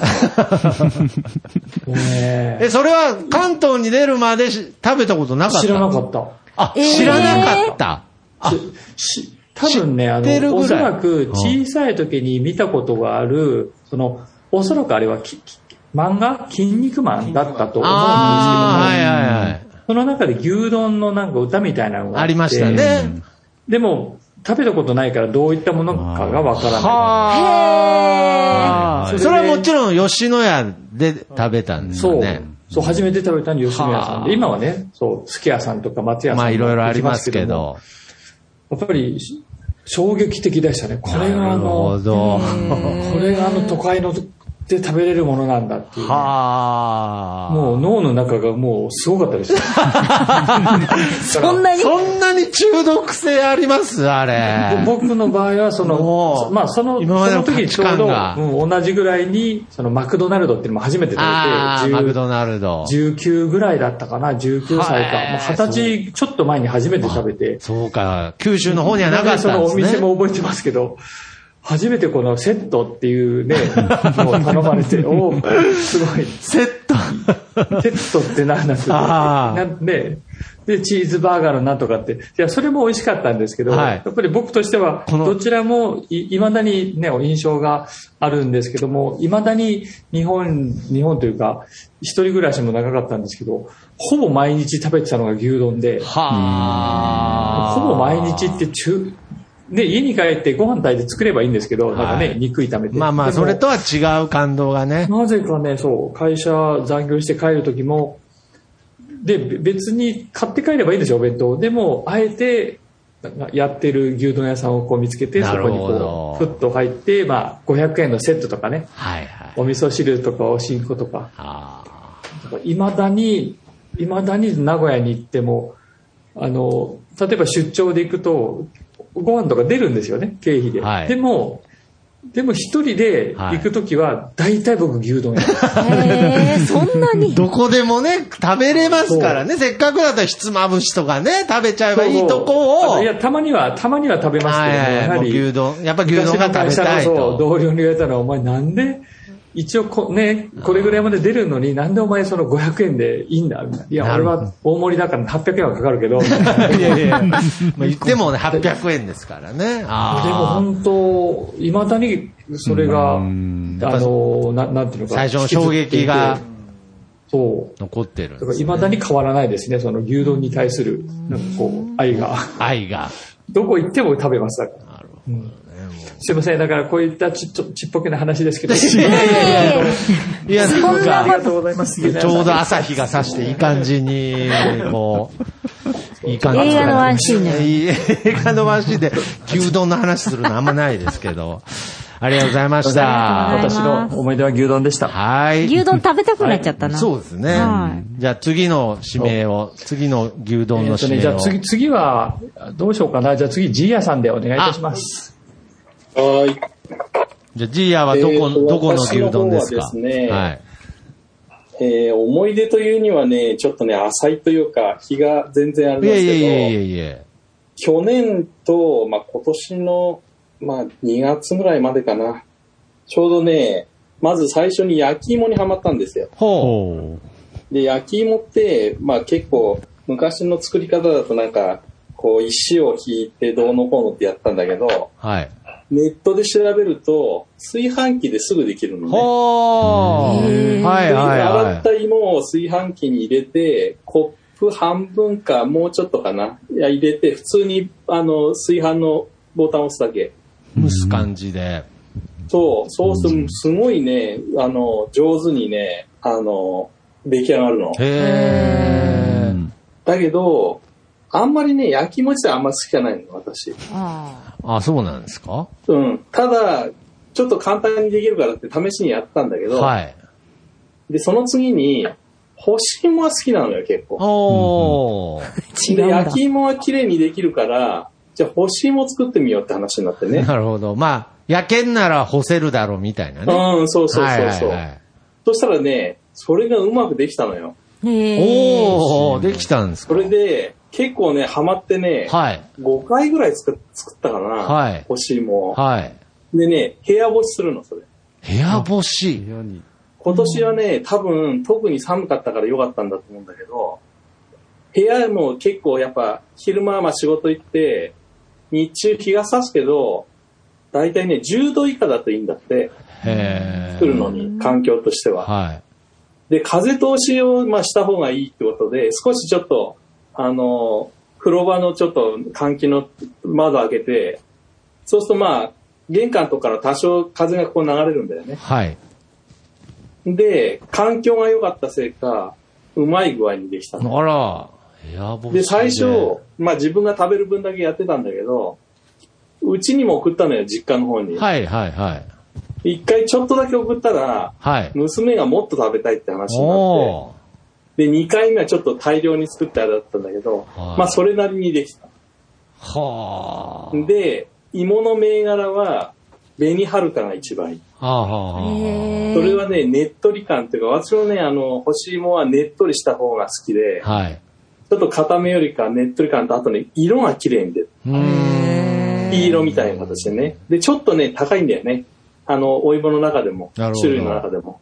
C: あ
H: ね
C: え、それは関東に出るまでし食べたことなかった
H: 知らなかった。
C: あ、
E: えー
C: 知らなかった。
H: し多分ね、あ
C: 知ってる
H: の、
C: ぐらい
H: おそらく小さい時に見たことがある、その、おそらくあれはきき漫画筋肉マンだったと思うんですけども、
C: ああ、はいはいはい。
H: その中で牛丼のなんか歌みたいなのがあ
C: あ
H: って
C: りました。ね。
H: でも、食べたことないからどういったものかがわからな
C: はあ。
H: へー
C: それはもちろん吉野家で食べたんで
H: い。
C: すよ
H: そう
C: ね。。
H: そう、初めて食べたの吉野家さん
C: はあ
H: で、今はね、そう、月屋さんとか松屋さん
C: まあいろいろありますけ
H: も。
C: ど。
H: やっぱり、し衝撃的でしたね。これが
C: な
H: あ
C: る
H: の
C: ほ、ど。
H: これがあの都会ので食べれるものなんだっていう。
C: はあ。
H: もう脳の中がもうすごかった ですよ。
E: そんなに
C: そんなに中毒性ありますあれ。
H: 僕の場合はそ
C: も
H: の、
C: う
H: まあその、
C: 今まで
H: そ
C: の
H: の時ちょうど、
C: 価値観が
H: うん同じぐらいに、そのマクドナルドっていうのも初めて食べて
C: ああ、
H: 10
C: マクドナルド。
H: 19ぐらいだったかな、19歳
C: はい
H: か。もう20歳ちょっと前に初めて食べて。
C: そうか。九州の方にはなかったんですね。
H: そのお店も覚えてますけど、初めてこのセットっていう ね、もう頼まれて、おーすごい。
C: セット。
H: セットって何なんです
C: あ
H: か
C: ー
H: なんで、で、チーズバーガーのなんとかって。いや、それも美味しかったんですけど、
C: は
H: や
C: い
H: っぱり僕としては、
C: この
H: どちらもい、いまだにね、印象があるんですけども、いまだに日本、日本というか、一人暮らしも長かったんですけど、ほぼ毎日食べてたのが牛丼で、
C: はあ。
H: ほぼ毎日って中、ね、家に帰ってご飯炊いて作ればいいんですけど、なんか
C: は
H: ね、
C: い
H: 肉炒めて。
C: まあまあ、
H: でも
C: それとは違う感動がね。
H: なぜかね、そう、会社残業して帰る時も、で、べ別に買って帰ればいいんですよ、お弁当。でも、あえて、なやってる牛丼屋さんをこう見つけて、
C: な
H: そ
C: る
H: こに
C: ほど
H: こう、ふっと入って、まあ、500円のセットとかね、
C: はいはい。
H: お味噌汁とかおしんことか、
C: あ
H: いまだに、いまだに名古屋に行っても、あの、例えば出張で行くと、ご飯とか出るんですよね、経費で。
C: はい
H: でも、でも一人で行くときは、大体僕牛丼やる。
E: へーそんな
C: ー
E: に
C: どこでもね、食べれますからね。せっかくだったらひつまぶしとかね、食べちゃえばいいとこ
H: あ
C: を。
H: いや、たまには、たまには食べますけども、
C: はい
H: や
C: は。
H: はい
C: もう
H: り。
C: 牛丼。やっぱ牛丼が食べたい
H: 昔の会社のそう
C: と。
H: 同僚に言われたのは、お前なんで、一応こ、ね、これぐらいまで出るのに、なんでお前その500円でいいんだみたいな。いや、
C: なる
H: 俺
C: ほど
H: は大盛りだから800円はかかるけど、
C: いやいやいや。まあ言ってもね、800円ですからね。
H: でも
C: ああ。
H: 本当、いまだにそれが、あ
F: うん
H: の、ななんていうのか、
C: 最初の衝
H: 引きずって
C: 撃が
H: いて。そう。
C: 残ってるん
H: だ
C: で
H: から
C: す
H: い
C: ね。
H: まだに変わらないですね、その牛丼に対する、なんかこう、愛が。
C: 愛が。
H: どこ行っても食べます、だから。
C: なるほ
H: すいません、だからこういったちっとちっぽけな話ですけど。
C: ど。いやいやいや いや、
E: そんな
H: あり
E: こ
H: がとうございます。
C: ちょうど朝日が差していい感じ に、こう、いい感じ
E: 映画のワンシーン
C: ね。
E: ね
C: いい映画のワンシーンで、牛丼の話するのあんまないですけど。ありがとうございました。
E: りがとうございます
J: 私の思い出は牛丼でした。
C: はい。
E: 牛丼食べたくなっちゃったな。
C: そうですね。
E: は
C: じゃあ次の指名を、次の牛丼
H: え
C: の
H: っと
C: 指
H: ね、じ
C: 名
H: ゃあ
C: を。
H: 次、次は、どうしようかな。じゃあ次、ジーヤさんでお願いいたします。
J: はい。
C: じゃあジーヤはど
J: え
C: こ、
J: ーと
C: どこの牛丼ですか
J: 私の方はですね
C: はい。
J: えー思い出というにはね、ちょっとね、浅いというか、日が全然あれなん
C: いえ
J: です
C: い
J: けど、
C: えいえいえいえ。
J: 去年と、まあ、今年の、まあ、2月ぐらいまでかな。ちょうどね、まず最初に焼き芋にはまったんですよ。
C: ほ
F: ほう。
J: で、焼き芋って、まあ結構、昔の作り方だとなんか、こう石を引いてどうのこうのってやったんだけど、
C: う。はい。
J: ネットで調べると、炊飯器ですぐできるのね。
C: ほ
E: へー
C: う。はい
J: で
C: はい
J: 洗
C: は
J: った芋を炊飯器に入れて、コップ半分かもうちょっとかな。いや、入れて、普通に、あの、炊飯のボタンを押すだけ。
C: い。蒸す感じで。
J: そう、そうする、すごいね、あの、上手にね、あの、出来上がるの。
C: へー。
J: だけど、あんまりね、焼き餅ってあんまり好きじゃないの、私。
E: あ
C: あ、そうなんですか
J: うん。ただ、ちょっと簡単にできるからって試しにやったんだけど、
C: はい。
J: で、その次に、干し芋は好きなのよ、結構。
C: おー。
E: 違う
J: で、
E: んだ
J: 焼き芋は綺麗にできるから、じゃあ干し芋作ってみようって話になってね。
C: なるほど。まあ、焼けんなら干せるだろうみたいなね。
J: うん、そうそう
C: はい
J: そう
C: はい
J: そう。
C: はい。
J: そしたらね、それがうまくできたのよ。
E: ーへえ。
C: おー、できたんですか
J: それで、結構ね、ハマってね、
C: はい。
J: 5回ぐらい作っ作ったかな、
C: はい
J: 干し芋を。
C: はい。
J: でね、部屋干しするの、それ。
C: 部屋干し。
F: 部屋に。
J: 今年はね、多分特に寒かったから良かったんだと思うんだけど、部屋も結構やっぱ昼間はまあ仕事行って、日中日が差すけど、大体ね、10度以下だといいんだって、
C: へー。
J: 作るのに、環境としては。
C: はい。
J: で、風通しをまあした方がいいってことで、少しちょっと、あの、風呂場のちょっと換気の窓開けて、そうするとまあ、玄関とかから多少風がこう流れるんだよね。
C: はい。
J: で、環境が良かったせいか、うまい具合にできたの。
C: あら、部屋干し。
J: で、最初、、まあ自分が食べる分だけやってたんだけど、うちにも送ったのよ、実家の方に。
C: はいはいはい。
J: 一回ちょっとだけ送ったら、
C: はい。
J: 娘がもっと食べたいって話になっ
C: おー。
J: て、で、2回目はちょっと大量に作ってあれだったんだけど、
C: はい
J: まあそれなりにできた。
C: はー。
J: で、芋の銘柄は、紅はるかが一番いい。
C: はーはー
E: へえ
J: それはね、ねっとり感っていうか、私もね、あの、干し芋はねっとりした方が好きで、
C: はー。はい。
J: ちょっと固めよりかねっとり感と、あとね、色が綺麗に出る。
C: うーん。
J: 黄色みたいな形でね。で、ちょっとね、高いんだよね。あの、お芋の中でも、
C: なる
J: 種
C: ほど
J: 類の中でも。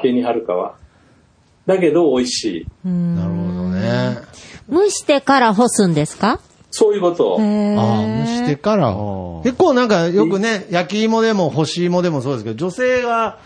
J: 紅はるかは。だけど、美味しい。
E: うん
C: なるほどね。
E: 蒸してから干すんですか
J: そういうこと
C: あ
J: を。
C: あ、蒸してから。結構なんかよくね、焼き芋でも干し芋でもそうですけど、女性が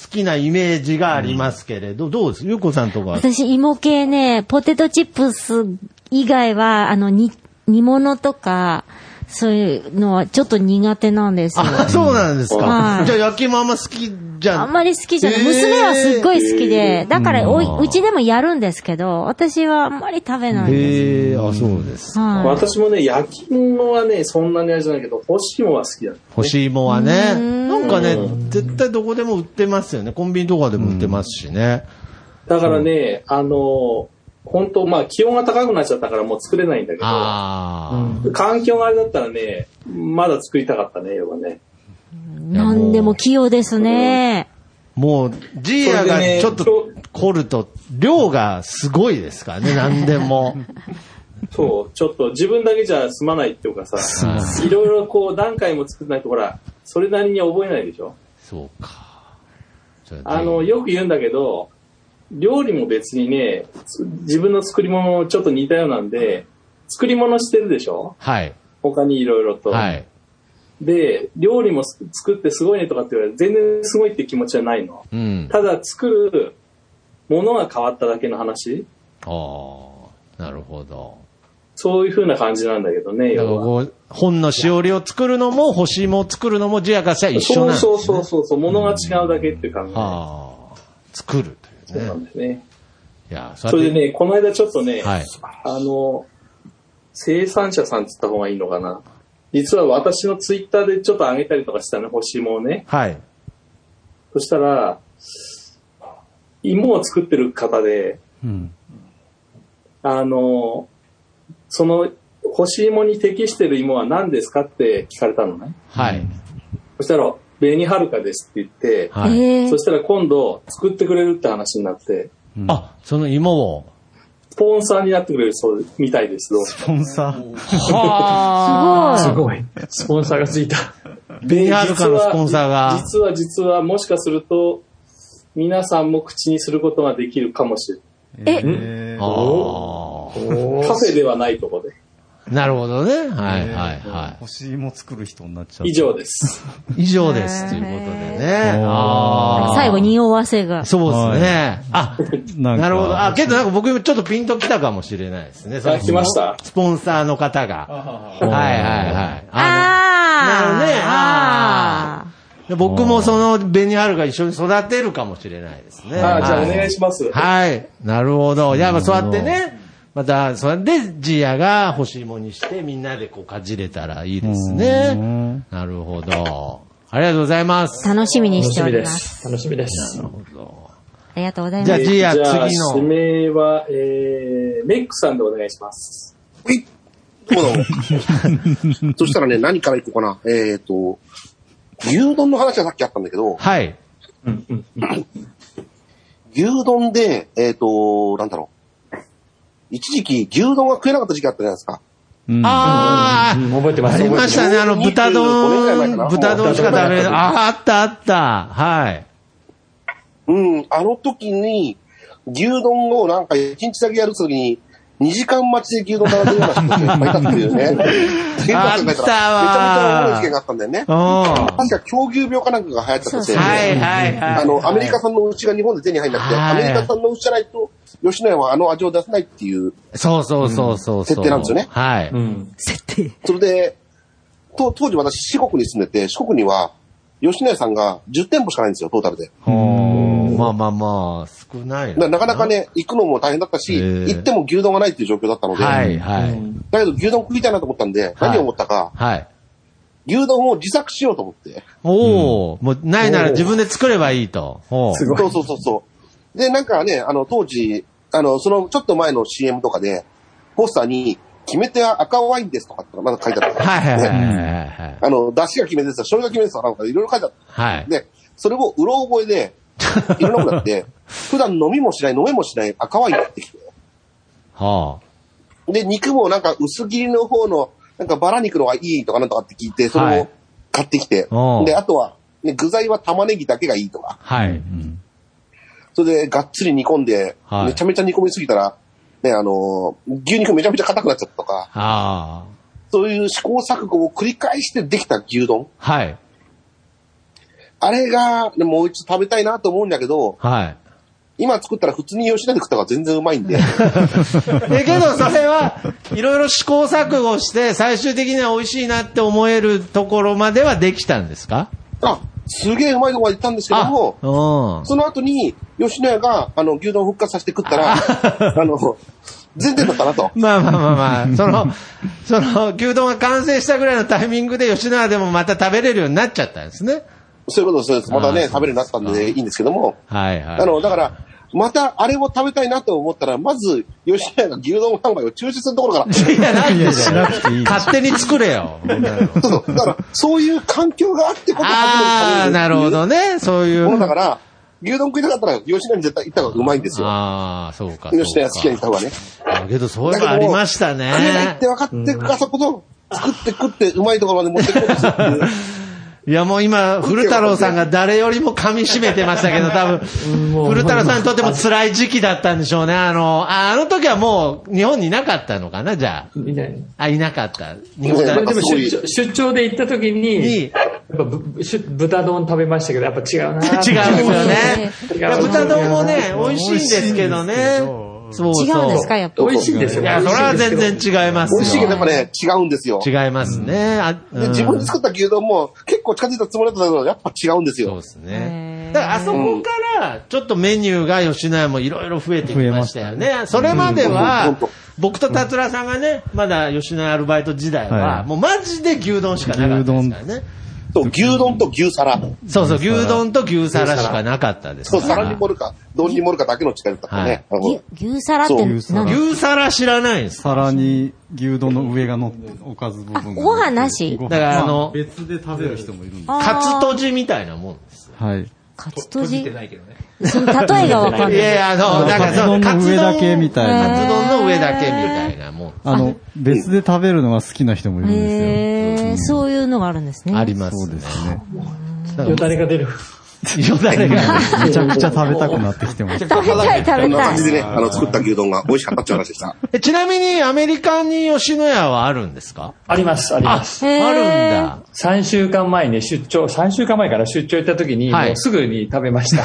C: 好きなイメージがありますけれど、どうですゆうこさんとかは。
E: 私、芋系ね、ポテトチップス以外は、あの、に、煮物とか、そういうのはちょっと苦手なんですよ。
C: あ、そうなんです
E: は
C: か。
E: い
C: じゃあ焼き芋あんま好きじゃん。
E: あんまり好きじゃない。
C: えー
E: 娘はすっごい好きで、だからおい
C: うん
E: うちでもやるんですけど、私はあんまり食べないです。
C: へえ、あ、そうです。
E: はい
J: 私もね、焼き芋はね、そんなにあれじゃないけど、干し芋は好きだ。
C: 干し芋はね。
E: ん
C: なんかね、絶対どこでも売ってますよね。コンビニとかでも売ってますしね。
J: だからね、あの、本当まあ、気温が高くなっちゃったからもう作れないんだけど、
C: あ
J: 環境があれだったらね、まだ作りたかったね、要はね。
E: なんでも器用ですね。
C: あ。もう、ジーヤが
J: それでね
C: ちょっと凝ると、量がすごいですからね、何でも。
J: そう、ちょっと自分だけじゃ済まないっていうかさ、いろいろこう何回も作らないと、ほら、それなりに覚えないでしょ。
C: そうか。それで
J: あの、よく言うんだけど、料理も別にね、つ自分の作り物ちょっと似たようなんで、作り物してるでしょ
C: はい。
J: 他にいろいろと。
C: はい。
J: で、料理もす作ってすごいねとかって言われて、全然すごいって気持ちはないの。
C: うん。あ
J: ただ作るものが変わっただけの話、
C: あー、なるほど。
J: そういう風な感じなんだけどね、
C: だから
J: 要は
C: こう、本のしおりを作るのも、干し芋を作るのも、ジーヤからしたら一緒
J: そ
C: なん
J: う
C: ですね。
J: そうそうそうそう、ものが違うだけっていう感じ。
C: ああ、作ると
J: そう
C: い
J: な
C: うね。
J: んですね。
C: いや、そ
J: それ
C: うや
J: で
C: って
J: ね、この間ちょっとね、
C: はい
J: あの、生産者さんって言った方がいいのかな。実は私のツイッターでちょっと上げたりとかしたね、星芋をね。
C: はい。
J: そしたら、芋を作ってる方で、
F: うん。
J: あの、その、干し芋に適してる芋は何ですかって聞かれたのね。
C: はい。
J: そしたら、紅はるかですって言って、
C: はい
J: そしたら今度作ってくれるって話になって、
C: あ、その芋を。
J: スポンサーになってくれるそうみたいですよ。
F: スポンサー。
E: は
H: すごい。スポンサーがついた。
C: ベニハルカのスポンサーが。
J: 実は実はもしかすると、皆さんも口にすることができるかもしれ
E: え
F: え
C: ああ。
J: ない。カフェではないところで。
C: なるほどね。はいはいは
F: 星芋作る人になっちゃう。
J: 以上です。
C: い。以上です。ということでね。ああ。
E: 最後、匂わせが。
C: そうですね。あ、
F: なんか
C: なるほど。あ、けどなんか僕ちょっとピンときたかもしれないですね。
J: あ来ました
C: スポンサーの方が。はいはいはい。あ
E: あ
C: の
E: ー
C: なるねあので僕もそのベニハルが一緒に育てるかもしれないですね。
J: あーじゃあ
C: は
J: お願いします。
C: はい。なるほど。いや、まあ、そうやってね。また、それで、ジアが干し芋にして、みんなでこう、かじれたらいいですね。なるほど。ありがとうございます。
E: 楽しみに
H: 楽
E: して
H: し
E: お
H: み
E: り
H: で
E: ます。
H: す。楽しみです。
E: ありがとうござい
C: じゃ
E: ま
C: あ
E: す。
J: えー
C: ジア
J: じゃあ
C: 次の
J: 指名は、えー、メックさんでお願いします。
B: そうだそしたらね、何からいこうかな。えっ、と、牛丼の話はさっきあったんだけど、
C: はい。
B: 牛丼で、えっ、と、なんだろう。一時期、牛丼が食えなかった時期あったじゃないですか。
F: うん
C: あ
H: う
C: ー
H: ん覚えてま
C: あ
H: す。
C: りましたね。あの、
B: 25
C: 豚
B: 年ぐらい前か
C: 丼、
B: な
C: 豚丼しか食べれない。
B: もう
C: あー、あったあった。はい。
B: うん、あの時に、牛丼をなんか一日だけやるときに、2時間待ちで牛丼並んでるような人がいっぱいいたっていう ね。全部集めたらめちゃめちゃ面白い事件があったんだよね。
C: うん。は
B: 確か狂牛病かなんかが流行っちゃってて、
C: いはいはい。
B: あの、アメリカ産の牛が日本で手に入んなくて、
C: はい
B: アメリカ産の牛じゃないと、吉野家はあの味を出せないっていう、
C: そうそうそうそうそう。
B: 設定なんですよね
C: はい。
H: うん。
B: それで、と当時私四国に住んでて、四国には、吉野家さんが10店舗しかないんですよ、トータルで。
C: まあまあまあ、少な
B: だ
C: い
B: からなかなか。ね、行くのも大変だったし、
C: へー
B: 行っても牛丼がないっていう状況だったので、
C: はいはい。
B: だけど牛丼食いたいなと思ったんで、何を思ったか、
C: はい。
B: 牛丼を自作しようと思って。
C: おお、もうないなら自分で作ればいいと。おー
B: そうそうそうそう。で、なんかね、あの、当時、あの、そのちょっと前の CM とかで、ポスターに、決め手は赤ワインですとかってまだ書いてあった。
C: はいはいはい
B: ね
C: はいはい。
B: あの、出汁が決め手ですとか、醤油が決め手ですとか、なんかいろいろ書いてあっ
C: はい
B: た。。で、それをうろ覚えで、いろんなことやって、 普段飲みもしない、飲めもしない赤ワイン買ってきて。
C: は
B: で、肉もなんか薄切りの方の、なんかバラ肉の方がいいとかなんとかって聞いて、そ
C: は
B: れ
C: い
B: を買ってきて。
C: おう
B: で、あとは、ね、具材は玉ねぎだけがいいとか
C: あ。。はい。
B: それで、がっつり煮込んで、
C: はい
B: めちゃめちゃ煮込みすぎたら、ね、あのー、牛肉めちゃめちゃ硬くなっちゃったとか、
C: あ
B: そういう試行錯誤を繰り返してできた牛丼。
C: あ。はい。
B: あれが、ねもう一度食べたいなと思うんだけど、
C: はい。
B: 今作ったら普通に吉野で食った方が全然うまいんで、
C: え、けどそれはいろいろ試行錯誤して最終的には美味しいなって思えるところまではできたんですか
B: あ、すげえうまいとこまで行ったんですけど
C: あ、
B: も、
C: うん。
B: その後に、吉野家が、あの、牛丼を復活させて食ったら、あの、全然だったなと。
C: まあまあまあまあ、その、その、牛丼が完成したぐらいのタイミングで吉野家でもまた食べれるようになっちゃったんですね。
B: そういうことですそうです。また
C: あ
B: ね、
C: ー
B: 食べるようになったんでいいんですけども、
C: はいはい。
B: あの、だから、またあれを食べたいなと思ったら、まず、吉野家が牛丼販売を中止するところから、そ
C: いや、ないでしょ
F: いやしなくていい。
C: 勝手に作れよ。
B: うそうだから、そういう環境があってこそ
C: ああ、
B: 初めて食べれる
C: なるほどね。そういう。
B: ものだから、牛丼食いたかったら、吉野家に絶対行った方がうまいんですよ。
C: ああ、そうか。
B: 吉野家好きに行った
C: そう
B: 方がね。
C: かだけど、そういうのありましたね。
B: あれが行って分かってるからそこそ、作って食ってうまいところまで持ってくるんですよ。
C: いや、もう今、古太郎さんが誰よりも噛み締めてましたけど、多分、古太郎さんにとっても辛い時期だったんでしょうね。あの、ああの時はもう、日本にいなかったのかな、じゃあ。
H: みたいな。
C: あ、いなかった。日本だ
H: まあでも
B: すごい
H: 出張出張で行った時
C: に、
H: に
C: 違、
H: やっぱぶしゅ豚丼食べましたけど、やっぱ違 うな。
C: うんですよね。
H: 違う
C: いや豚丼もね、美味しいんですけどね。そうそう。
E: 違うんですか、やっぱ。
H: 美味しいんですよ。
C: いや、それは全然違いますよ。
B: 美味しいけど、やっぱね、違うんですよ。
C: 違いますね。あ
B: で自分で作った牛丼も結構近づいたつもりだったけど、やっぱ違うんです
C: そう
B: よ
C: で。すね。だからあそこから、ちょっとメニューが吉野家もいろいろ増えてきましたよね。それまでは
B: うん、
C: 僕と達郎さんがね、まだ吉野家アルバイト時代は、
B: はい
C: もうマジで牛丼しかなかったですからね。
B: そう、牛丼と牛皿。
C: そうそう、牛丼と牛皿しかなかったです
B: そう、
C: から。
B: 皿に盛るか、丼に盛るかだけの違いだったね。
E: 牛牛皿って
F: そう
E: 何
C: 牛皿知らないです。
F: 皿に牛丼の上が乗ってるおかず部分が。
E: ご飯なし
F: ご飯
C: だからあ
F: ま
C: の、
F: 別で食べる人もいるんで
E: あー
C: カツとじみたいなもんです。
F: はい。
E: カツとじ
G: ないけどね。
E: その例えがわかんない。
C: いやいや、あの、なんかその、
F: カツ丼の上だけみたいな
C: カツ丼の上だけみたいなもん。
F: あの、別で食べるのが好きな人もいるんですよ。
E: へーそういうのがあるんですね。
C: あります。
F: そうですね。
H: よだれが出る。
C: よだれが。
F: めちゃくちゃ食べたくなってきてます。
E: 食べたい食
B: あ
E: べ
B: の、
E: たい
B: 感じ。でね、あの、作った牛丼が美味しかったっていう話でした。
C: えちなみに、アメリカに吉野家はあるんですか
H: あります、あります。
E: へー
C: あるんだ。
H: 3週間前に出張、3週間前から出張行った時に、
C: はい
H: もうすぐに食べました。
C: あ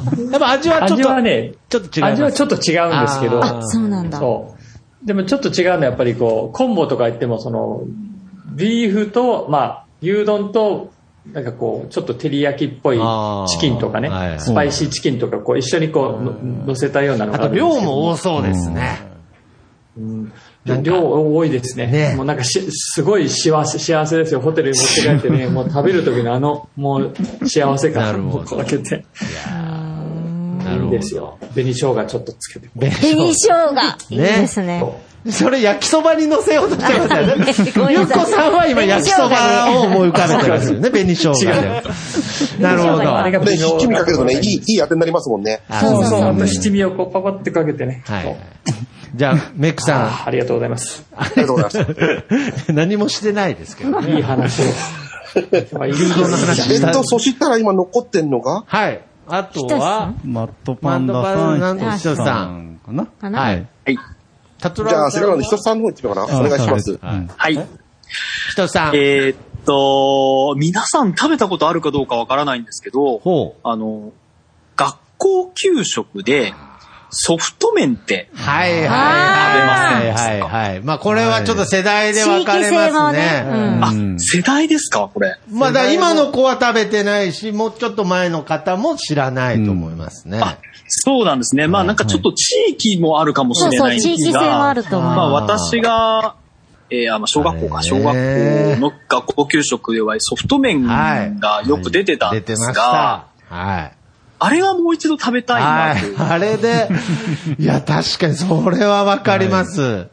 C: あ。やっぱ味はちょっ
H: 味
C: と、
H: はね、
C: ちょっと違います。
H: 味はちょっと違うんですけど、
E: あ、
C: あ
E: そうなんだ。
H: そう。でもちょっと違うのはやっぱりこう、コンボとか言っても、その、ビーフと、まあ、牛丼と、なんかこう、ちょっと照り焼きっぽい
C: あー
H: チキンとかね
C: はい、
H: スパイシーチキンとか、こう、一緒にこうの、乗せたようなの
C: あ
H: があ
C: と
H: るんですけど。
C: 量も多そうですね。なんか
H: 量多いですね。
C: ね
H: もうなんかし、すごい幸せ、幸せですよ。ホテルに持って帰ってね、もう食べる時のあの、もう幸せ
C: な
H: 感
C: るほど
H: もうこう開けて。
C: ないる
H: い
C: ほど
H: ですよ。紅生姜ちょっとつけて。
C: 紅
E: 紅
C: 生
E: 生姜。いい
C: ね
E: ですね。
C: 姜それ焼きそばに乗せようとしてますよ ね
E: ご。めんな
C: ゆっ
E: さい
C: こさんは今焼きそばを思い浮かべてますよね、紅生姜で。なるほど。
H: あれが
B: で、
H: 紅生姜
B: 七味かけるとね、いい、いい当てになりますもんね。
C: あ
H: そうそう、
C: な
H: あ
C: るほ
H: と
C: ど
H: 七味をこうパパってかけてね。
C: は
H: そう
C: い。じゃあ、メック
H: あ
C: さ
H: ーありがとうございます。
B: ありがとうございまし
C: ん、 何もしてないですけどね。
H: いい話を。
C: 牛丼の話
B: た。えっと、そしたら今残ってんのが、
C: はい。あとは、
F: マットパンダさん、
C: マットパンダさん
F: ひとさんかな。
E: かな
C: はい。
K: はい。
C: 達郎
B: じゃあ、
C: さ
B: せっ
C: ん
B: かくなんで、ひとさんの方行ってみようかな。お願いします。
F: はい
K: はい。
C: ひとさん。
K: えーっと、皆さん食べたことあるかどうかわからないんですけど、
C: ほう。
K: あの、学校給食でソフト麺って、
C: はいはい
E: あ
C: はいはいはいはい。まあこれはちょっと世代で
E: 地
C: 分
E: 域
C: かれ
E: 性
C: ま
E: も
C: す
E: ね。う
C: ね。
E: ん
K: あ
F: うん、
K: 世代ですかこれ。
C: まあだから今の子は食べてないし、もうちょっと前の方も知らないと思いますね。
K: あ、そうなんですね。まあなんかちょっと地域もあるかもし
E: そう
K: れ
E: そ
K: な
E: う、
K: いん
E: 地
K: で
E: 域
K: す
E: 性
K: が、
E: はあると
K: ま
E: 思う。
K: あ私が、えー、あまあ小学校
C: あ
K: か、
C: れ
K: 小学校の学校給食ではソフト麺がよく出てたん
C: 出
K: で
C: て
K: す
C: まし
K: が、
C: た。はい。
K: あれはもう一度食べたいな
C: は
K: と
C: い。あれで、いや、確かにそれは分かります。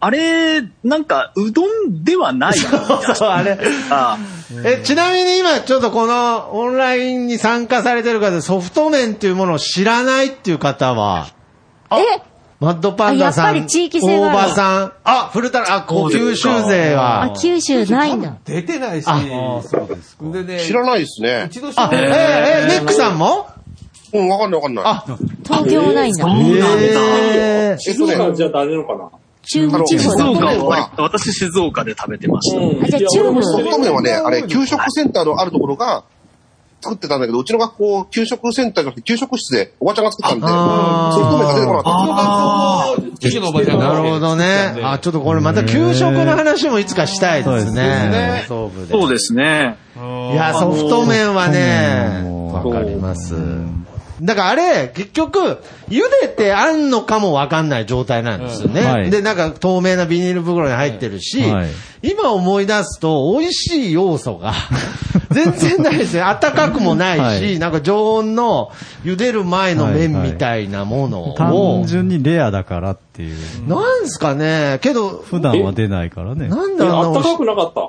K: あれ、なんか、うどんではない。
C: そうそう、あれ。
K: あ
C: え、ちなみに今、ちょっとこのオンラインに参加されてる方、ソフト麺っていうものを知らないっていう方は、
E: え
C: マッドパンダさん、
E: あやっぱり地域性がある
C: 大場さん、あ、古田、あ、こう九州勢
E: あ
C: は、、
E: 九州ないんだ。
G: 出てないし、
C: あ
G: でね、
B: 知らないですね。
G: 一度し
C: あ
G: か、
C: えー、えー、メックさんも
B: うん、わかんないわかんない。
C: あ
E: 東京もないんだ。
K: そうなんだ
C: え
B: えっとね、
J: じゃあ誰のかな
E: 中部地
K: 静
E: 方
B: あの
K: 岡
B: 静
K: は割と、私静岡で食べてました。
E: あじゃあ中部
B: ソフト麺はね、あれ、給食センターのあるところが作ってたんだけど、うちの学校、給食センターじゃなくて、給食室でおばちゃんが作ったんで、
C: あー
B: ソフト麺が出てこなかった。
K: ああ、
G: 一度おばちゃんが
C: なるほどね。あ、ちょっとこれまた給食の話もいつかしたいですね。そうです
K: そうですね。
C: いや、ソフト麺はね、わかります。だからあれ、結局、茹でてあんのかもわかんない状態なんですよね。
F: うんはい
C: で、なんか透明なビニール袋に入ってるし、
F: はい
C: 今思い出すと美味しい要素 が全然ないですね。温かくもないし、
F: はい
C: なんか常温の茹でる前の麺みたいなものを、
F: 単純にレアだからっていう。
C: なんですかね、けど、
F: 普段は出ないからね。
C: なん
J: え、
C: だ
J: あ
C: ろ
J: っ
C: う
J: たか
C: な、
J: くなかった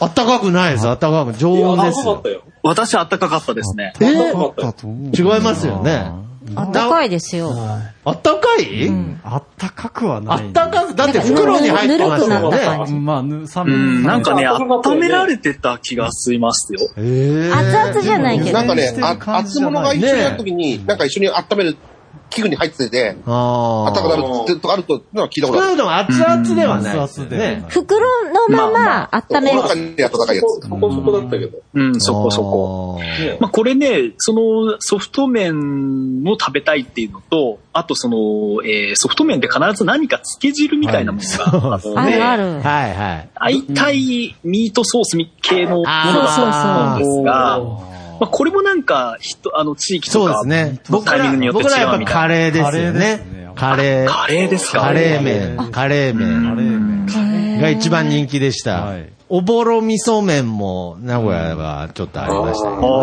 C: あったかくないです、あったかく、常
J: いや、
C: 温
J: あ
C: で
J: った
C: す
J: かか
C: よ
J: った。よ。
K: 私暖かかったですね。
C: え
J: あった
C: ー
J: かか
F: だ
J: っ
F: と思う
C: 違いますよね。
E: あったかいですよ。
C: あったかい、
F: あったかくは
C: あ
F: ない。
C: ったかく、だって袋に入ってます
E: ぬるく
C: もん
E: な
C: ね
E: った。感
F: う
E: じ。
F: んまあ、ぬ、冷
K: う
F: め
K: ん、なんかね、
J: あったかかった
K: 温
J: よ
K: め
J: ね
K: られてた気がしますよ。
C: え
E: 熱々じゃないけど
B: な。んかね、あ
F: 感じ
B: 熱
F: じゃない
B: 物が一緒にあるときに、なんか一緒に温める器具に入ってて、
C: あ
B: 温かくなるってとかあると、なんか聞いたことあ
C: 少な
B: る。
C: くとも熱々ではないですよ
F: 熱々では
C: ね
F: な。
E: 袋のまま
B: こ
E: 温める
B: の。中に温かいや
J: そこ、
B: つ。
J: そこそこだったけど。
K: うん、そこそこ。
C: あー。
J: ね
K: まあ、これね、そのソフト麺を食べたいっていうのと、あとその、えーソフト麺で必ず何か漬け汁みたいなものがあって、
E: あるある。
C: はいは
K: 大
C: い。
K: 体ミートソース系のもの
C: あ
K: があるんですが、
C: ー
K: まあ、これもなんか、人、あの、地域と
C: そうで
K: か、
C: すね。僕
K: タイミン
C: ら、
K: グによって違う
C: 僕
K: み
C: ら
K: たいな。
C: やっぱカレーですよね。カレー。
K: カレーですか
C: カレー麺。カレー麺。が一番人気でした。おぼろ味噌麺も名古屋はちょっとありましたけど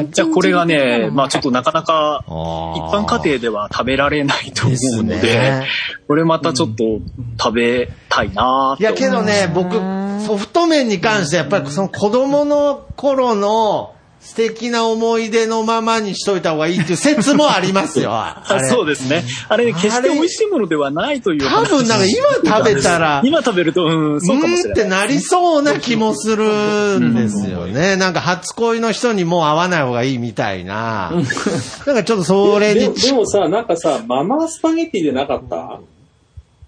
K: ああ。まあじゃあこれがね、まあちょっとなかなか一般家庭では食べられないと思うの
C: です
K: で
C: ね、
K: これまたちょっと食べたいなーって
C: いやけどね、僕、ソフト麺に関してやっぱりその子供の頃の素敵な思い出のままにしといた方がいいっていう説もありますよ。あ
K: あ
C: れ
K: そうですね。あれね、決して美味しいものではないという話。
C: 多分なんか今食べたら
K: 今食べると、うん、そうかもしれない。
C: うんってなりそうな気もするんですよね。なんか初恋の人にもう会わない方がいいみたいな。なんかちょっとそれに
J: でもでもさ、なんかさ、ママスパゲティでなかった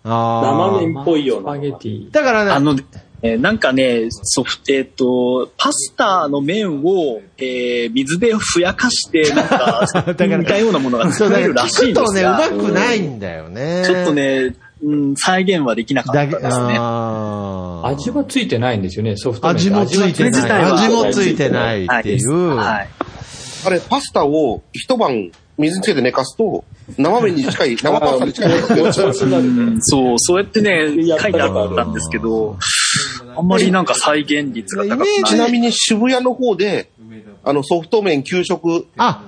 C: あ
J: 生
C: ー
J: 麺っぽいような。
C: だからね、
K: あの、えーなんかね、ソフト、えっと、パスタの麺を、えー水でふやかして、なん か、似たようなものが
C: そう
K: 作
C: だ
K: れ
C: ね
K: るらしいんで
C: 聞くと
K: す
C: ね、う
K: が
C: まくないんだよね。
K: ちょっとね、うん、再現はできなかったですね。
H: 味はついてないんですよね、ソフト麺。
C: 味もついてない。味もついてないっていう。
B: あれ、パスタを一晩水につけて寝かすと、生麺に近い、生パスタに近い。
K: うんそう、そうやってね、書いてあったんですけど、あんまりなんか再現率が高くない。
B: ちなみに渋谷の方で、あの、ソフト麺給食っ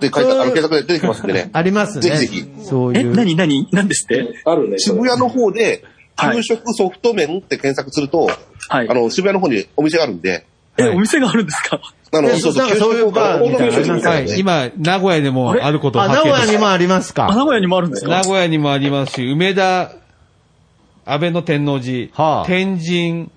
B: て書いてある検索で出てきますんでね。
C: ありますね。
B: ぜひぜひ。
C: そういう。
K: 何何何ですって
J: あるね。
B: 渋谷の方で、給食ソフト麺って検索すると、あの、渋谷の方にお店があるんで。
K: え、お店があるんですか
B: あの、
G: え
B: そうそう、
G: なんかそういうバーみたいな
B: 給食
G: は
B: はい
G: い今、名古屋でもあることを発見
C: あ名古屋にもありますか
K: 名古屋にもあるんですか
G: 名古屋にもありますし、梅田、安倍の天王寺、天神、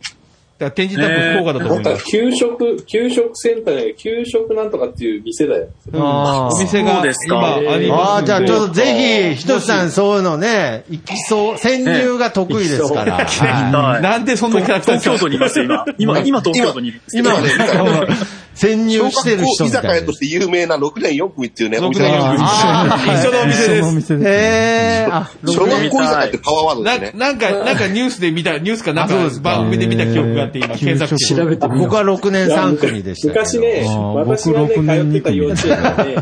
G: だから天神多分福岡だと思い
J: な
G: ま
J: んか
G: す。
J: 給食、給食センターや給食なんとかっていう店だよ。
G: うんあーお店がそうですか今あります
C: ああ、じゃあちょっとぜひ、ひとしさんそういうのね、行きそう、潜入が得意ですから。
G: 行きそう
C: はい
G: なんでそんなキャラクター
K: 東京都にいますよ今今今東京都にいるんですけど
C: 今はね、潜入してる
B: 小
C: 人
B: 学校
C: み
B: 居
C: た
B: 酒
C: い
B: 屋
C: な
B: と。して有名な6年4組っていうね、お店
G: 6年4組一緒のお店です一緒のお店です
C: へーあ
B: 小学校居酒屋ってパワーワードですね。
G: ななんか、なんかニュースで見た、ニュースかなんか番組で見た記憶があって、今検索して
C: 僕は6年3組でしたけど。
J: 昔ね、私がね、通ってた幼稚園がね、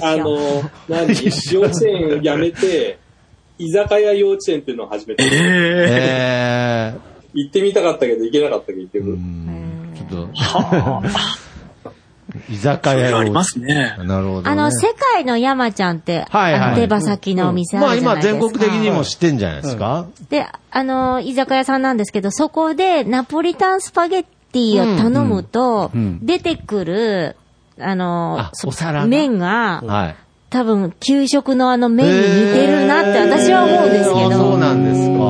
J: あの、何、幼稚園辞めて、居酒屋幼稚園っていうのを始めて、
C: え
J: 行ってみたかったけど行けなかったけど、結局。
C: ー、ちょっと。居酒屋を。あります
K: ね。
C: なるほど、ね。
E: あの、世界の山ちゃんって、
C: はいはい
E: あの手羽先のお店あ
C: まあ
E: るじゃない
C: 今
E: ですか。
C: 全国的にも知ってんじゃないですか。
E: で、あの、居酒屋さんなんですけど、そこでナポリタンスパゲッティを頼むと、
C: うんうん
E: 出てくる、あの、そ
C: お皿が
E: 麺が、
C: はい。
E: 多分、給食のあの麺に似てるなって私は思うんですけ
C: あ
E: ど、
C: そうなんですか。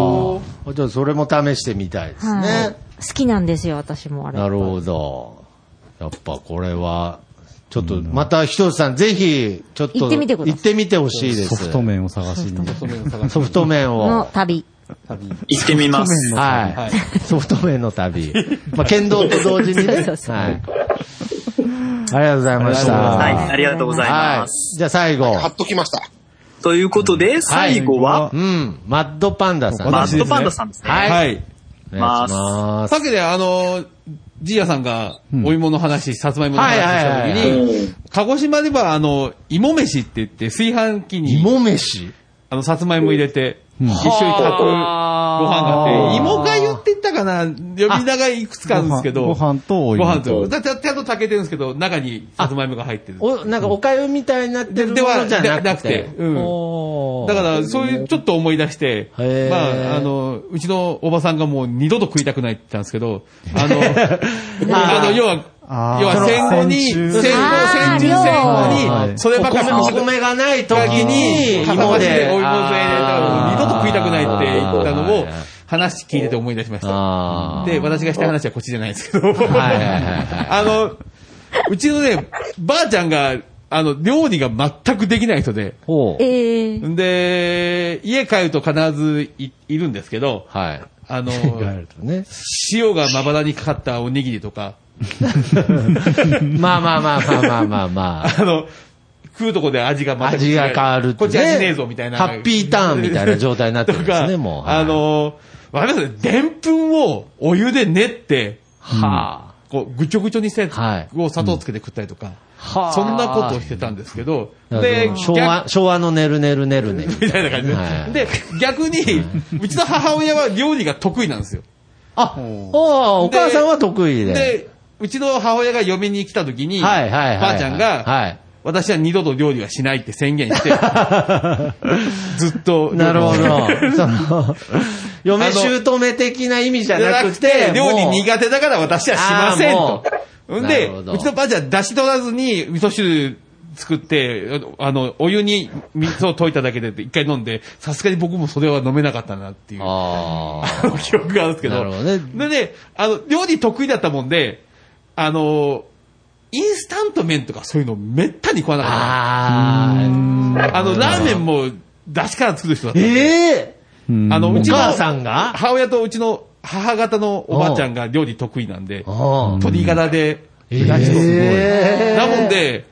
C: じゃあそれも試してみたいです。
E: はい好きなんですよ、私もあれ。
C: なるほど。やっぱこれは、ちょっと、またひとつさん、ぜひ、ちょっと、
E: 行ってみてください
C: 行ってみてほしいで
F: ソ
C: す。
F: フト麺を探しに。
C: ソフト麺
E: の
C: を。
E: 旅。
K: 行ってみます
C: はい。ソフト麺の旅。まあ、剣道と同時にね。はい。あり
E: そうそう
C: が
E: そう
C: とうございました。
K: はい、ありがとうござい
C: は
K: ま
C: い
K: す。。
C: じゃあ最後。
B: 貼っときました。
K: ということで、最後は、
C: うん。マッドパンダさん。
K: マッドパンダさんですね。
C: はい。
G: はい。
C: お願いしま
G: さ
C: す
G: っ。きね、あの、ジーヤさんが、お芋の話、さつまいもの話した時
C: はいはいはい
G: に、鹿児島では、あの、芋飯って言って、炊飯器に、
C: 芋飯
G: あの、さつまいも入れて、一緒に炊くご飯があって、芋が言ってたかな、呼び名がいくつかあるんですけど、
F: ご飯ご飯とお芋
G: ご飯と。だちゃちゃんと炊けてるんですけど、中にさつまいもが入ってる。
C: お、なんかおかゆみたいになって
G: で
C: る
G: で
C: も
G: は
C: のじゃ
G: で
C: な
G: な
C: く
G: く
C: て
G: て。、
C: うん
G: だから、そういう、ちょっと思い出して、
C: へー
G: まあ、あの、うちのおばさんがもう二度と食いたくないって言ったんですけど、あの、 あの、要は、
F: あー
G: 要は戦後に、
F: そ
G: 戦
F: の
G: 後、戦
E: あー
G: 中
C: 量
G: 戦後
C: は
G: に、そればっかり
C: お米お米がない時に
G: 片
C: 芋
G: 足
C: で
G: でお芋添えで、だからもう二度と食いたくないって言ったの
C: あ
G: を、話聞いてて思い出しました。
C: あー
G: で、私がした話はこっちじゃないですけど、
C: はいはいはいはい
G: あの、うちのね、ばあちゃんが、あの、料理が全くできない人で、
C: ほう。
E: えー、
G: で、家帰ると必ずいいるんですけど、
C: はい。
G: あの、
C: ね。
G: 塩がまばらにかかったおにぎりとか、
C: まあまあまあまあまあまあまあ。
G: あの、食うとこで味が全く違
C: 味
G: う
C: が変わるってね
G: こっち味ねえぞみたいな。
C: ハッピーターンみたいな状態になってるんですね
G: とか
C: もうはい
G: あの、わかりますでんぷんをお湯で練って、
C: はあ。
G: こう、ぐちょぐちょにしたやつを砂糖つけて食ったりとか、
C: はあ
G: そんなことをしてたんですけど、
C: で、昭和、昭和のねるねるねるね。
G: みたいな感じで。
C: はい
G: で、逆に、うちの母親は料理が得意なんですよ。
C: あ、おお母さんは得意で。
G: で、うちの母親が嫁に来た時に、
C: はいはいはいはい
G: ばあちゃんが、私は二度と料理はしないって宣言 して、ずっと。
C: なる ほど。その、嫁姑的な意味じゃなくて、
G: 料理
C: もう
G: 苦手だから私はしませんと
C: あ。
G: ほん
C: な
G: で、
C: るほど
G: うちのばあちゃん、だし取らずに味噌汁作って、あの、お湯に味噌を溶いただけでって一回飲んで、さすがに僕もそれは飲めなかったなっていう、
C: あ
G: の、記憶があるんですけど。
C: なるほどね
G: でね、あの、料理得意だったもんで、あの、インスタント麺とかそういうのめったに食わなかった。あの、ラーメンも、出しから作る人だったんで。
C: え
G: あの、うちの、
C: お母さんが
G: 母親とうちの母方のおばあちゃんが料理得意なんで、鶏ガラで、出してすごい。
C: えー
G: なもんで、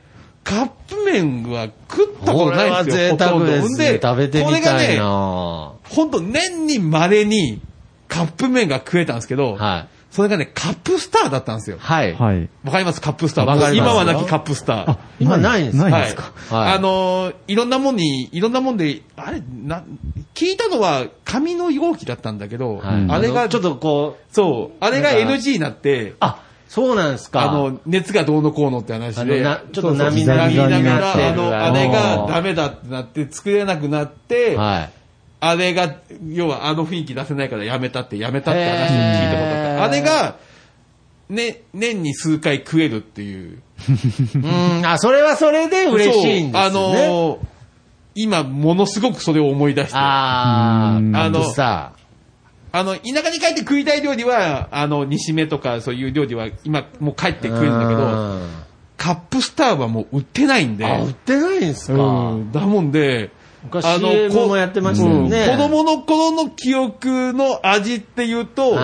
G: カップ麺は食ったことないんですよ。
C: これは贅沢
G: ほとんど
C: ですね
G: ほん
C: 食べて
G: こ
C: みたいな
G: れがね、本当年に稀にカップ麺が食えたんですけど、それがね、カップスターだったんですよ。
C: はい。
F: はい。
G: わかりますカップスター。
C: わかりま
G: 今
C: すよ
G: はなきカップスター。
C: 今ないんですか
G: は
C: ないんですかはい
G: あのーいろんなもんに、いろんなもんで、あれ、な、聞いたのは紙の容器だったんだけど、
C: はい
G: あれ
C: あ
G: が、
C: のちょっとこう、
G: そう、あれが
C: なんか
G: NG になって、
C: あ、そうなんですか
G: あの、熱がどうのこうのって話
C: あの
G: で
C: な、ちょっと
G: そうそう
C: 波々
G: 波々
C: になってる
G: あの、
C: あ
G: あ
C: の
G: れがダメだってなって、作れなくなって、
C: はい。
G: あれが、要はあの雰囲気出せないからやめたって、やめたって話を聞いたことが
C: へー
G: あるあれが、ね、年に数回食えるっていう。
C: うん、あ、それはそれで嬉しいんですよ
G: そうあ
C: ね。
G: のー今、ものすごくそれを思い出して。
C: あー
G: あ
C: カッ
G: の
C: プスタ
G: あの、田舎に帰って食いたい料理は、あの、煮しめとかそういう料理は、今、もう帰って食えるんだけ
C: う
G: ど、カップスターはもう売ってないんで。
C: あ売ってないんですか
G: うん、だもんで、
C: 昔 CM もやってましたよね
G: 子供の頃の記憶の味っていうと、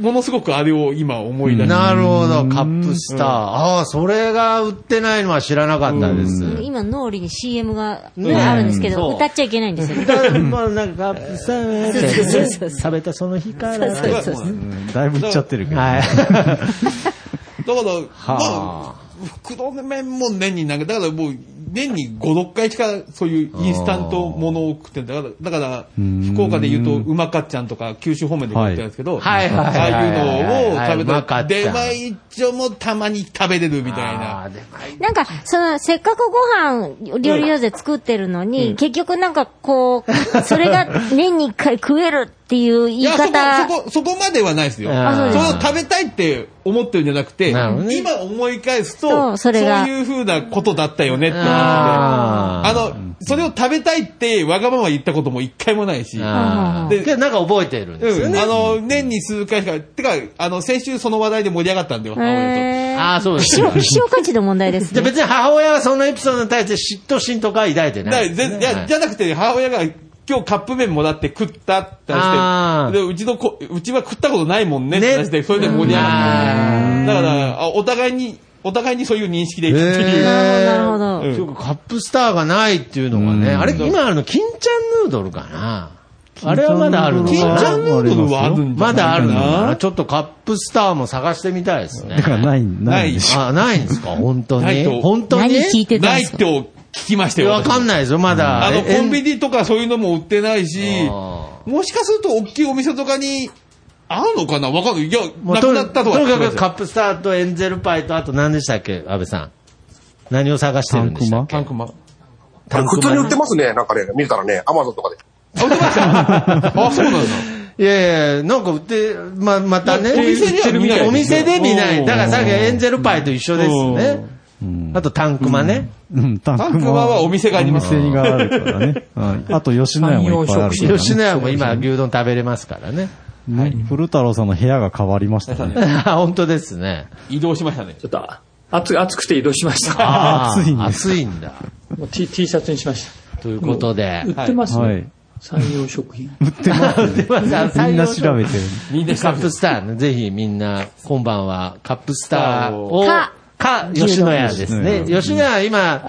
G: ものすごくあれを今思い出して。
C: なるほど、カップスター。ああ、それが売ってないのは知らなかったです。
E: 今、脳裏に CM が
C: ね
E: あるんですけど、
C: そう
E: 歌っちゃいけないんですよね。
C: まあなんか、さあ
E: そうそうそう
C: 食べたその日か
E: そうそうそう
F: だいぶいっちゃってるけど。
C: はい。
G: だから、
F: は
G: まあ、袋麺も年になんか、だからもう、年に5、6回しかそういうインスタントものを食ってんだだから、だから、福岡で言うと、うまかっちゃんとか、九州方面で食ってるんですけど、
C: はいはいはいはい
G: ああいうのを食べ
C: はいう
G: た
C: まかっちゃん
G: 出前一丁もたまに食べれるみたいな。
E: なんか、その、せっかくご飯、料理上手で作ってるのに、結局なんかこう、それが年に一回食えるっていう言い
G: や、そこ
E: 方、、
G: そこ、そこまではないですよ。
E: あそうです
G: その食べたいって思ってるんじゃなくて、
C: なるほどね
G: 今思い返す
E: そ
G: と、
E: う
G: そ
E: そうれが
G: いう風なことだったよねって思って、
C: あ
G: あの、それを食べたいってわがまま言ったことも一回もないし、
C: あー
G: で
C: けどなんか覚えてるんですよ
G: うん、
C: ね。
G: あの、年に数回しか、てか、あの、先週その話題で盛り上がったんだよ、母親
E: えー
C: ああ、そうです
E: 希。少、希少価値の問題です
C: じゃあ
E: ね。
C: 別に母親はそのエピソードに対して嫉妬心とか抱いて
G: と。
C: な
G: だ
C: い
G: い
C: ですね。
G: じゃ
C: はい
G: じゃなくて、母親が今日カップ麺もらって食ったって
C: あ
G: 話
C: ー
G: で、で、うちの子、うちは食ったことないもんねって話で、それで盛り上がった。だから、あお互いに、お互いにそういう認識でいるっていう。
E: なるほどなるほど
C: うんそうかカップスターがないっていうのがね。あれ、今あるの、金ちゃんヌードルかな。あれはまだあるのかな
G: 金ちゃんヌードルはあるんじゃ
C: まだ
G: な
C: あ
G: いかな
C: るのかなちょっとカップスターも探してみたいですね。
F: だから ない、ないんでしょ。
C: あ、ないんですか本当
G: ない
C: に
G: と
C: 本当に
E: 何聞いてたん
G: な
E: で
G: い
E: す
G: っ
E: か
G: て聞きましたよ。
C: わかんないですよ、まだ。
G: あの、
C: え
G: コンビニとかそういうのも売ってないし、
C: あ
G: もしかすると大きいお店とかに、あるのかなわかんない。いや、
C: もう
G: な
C: と
G: く
C: に
G: なったとは
C: とに
G: 聞
C: か
G: きま
C: く
G: し
C: カ
G: たよ
C: ップスターとエンゼルパイと、あと何でしたっけ安倍さん。何を探してるんでしたっけ
G: タンクマン。
C: タン
B: 普
C: クマ
B: 通に売ってますね、なんかね、見たらね、アマゾンとかで。
G: あ、そうなの
C: いやいや、なんか売って、ま、またね。
G: お店では見ない
C: お店で見な
G: う
C: い。
G: ん
C: だからさっきエンゼルパイと一緒ですね。あとタンクマね。
F: うん、タ
G: タンクマはお店があります
F: お店があるからね。うんあと、吉野家もいっぱいあるからね。
C: 吉野家も今牛丼食べれますからね。
F: ね古太郎さんの部屋が変わりましたね。
C: 本当ですね。
G: 移動しましたね。
J: ちょっと、暑暑くて移動しました。
C: あー
F: 暑いんだ
C: 暑いんだ。
J: もう T, T シャツにしました。
C: ということで。
J: 売ってますね。
F: はい。
J: 産業食品。
F: みんな調べてる。
G: みんな
C: カップスターね、ぜひみんな、今晩はカップスターを、
E: か
C: か、吉野家ですね。吉野家今、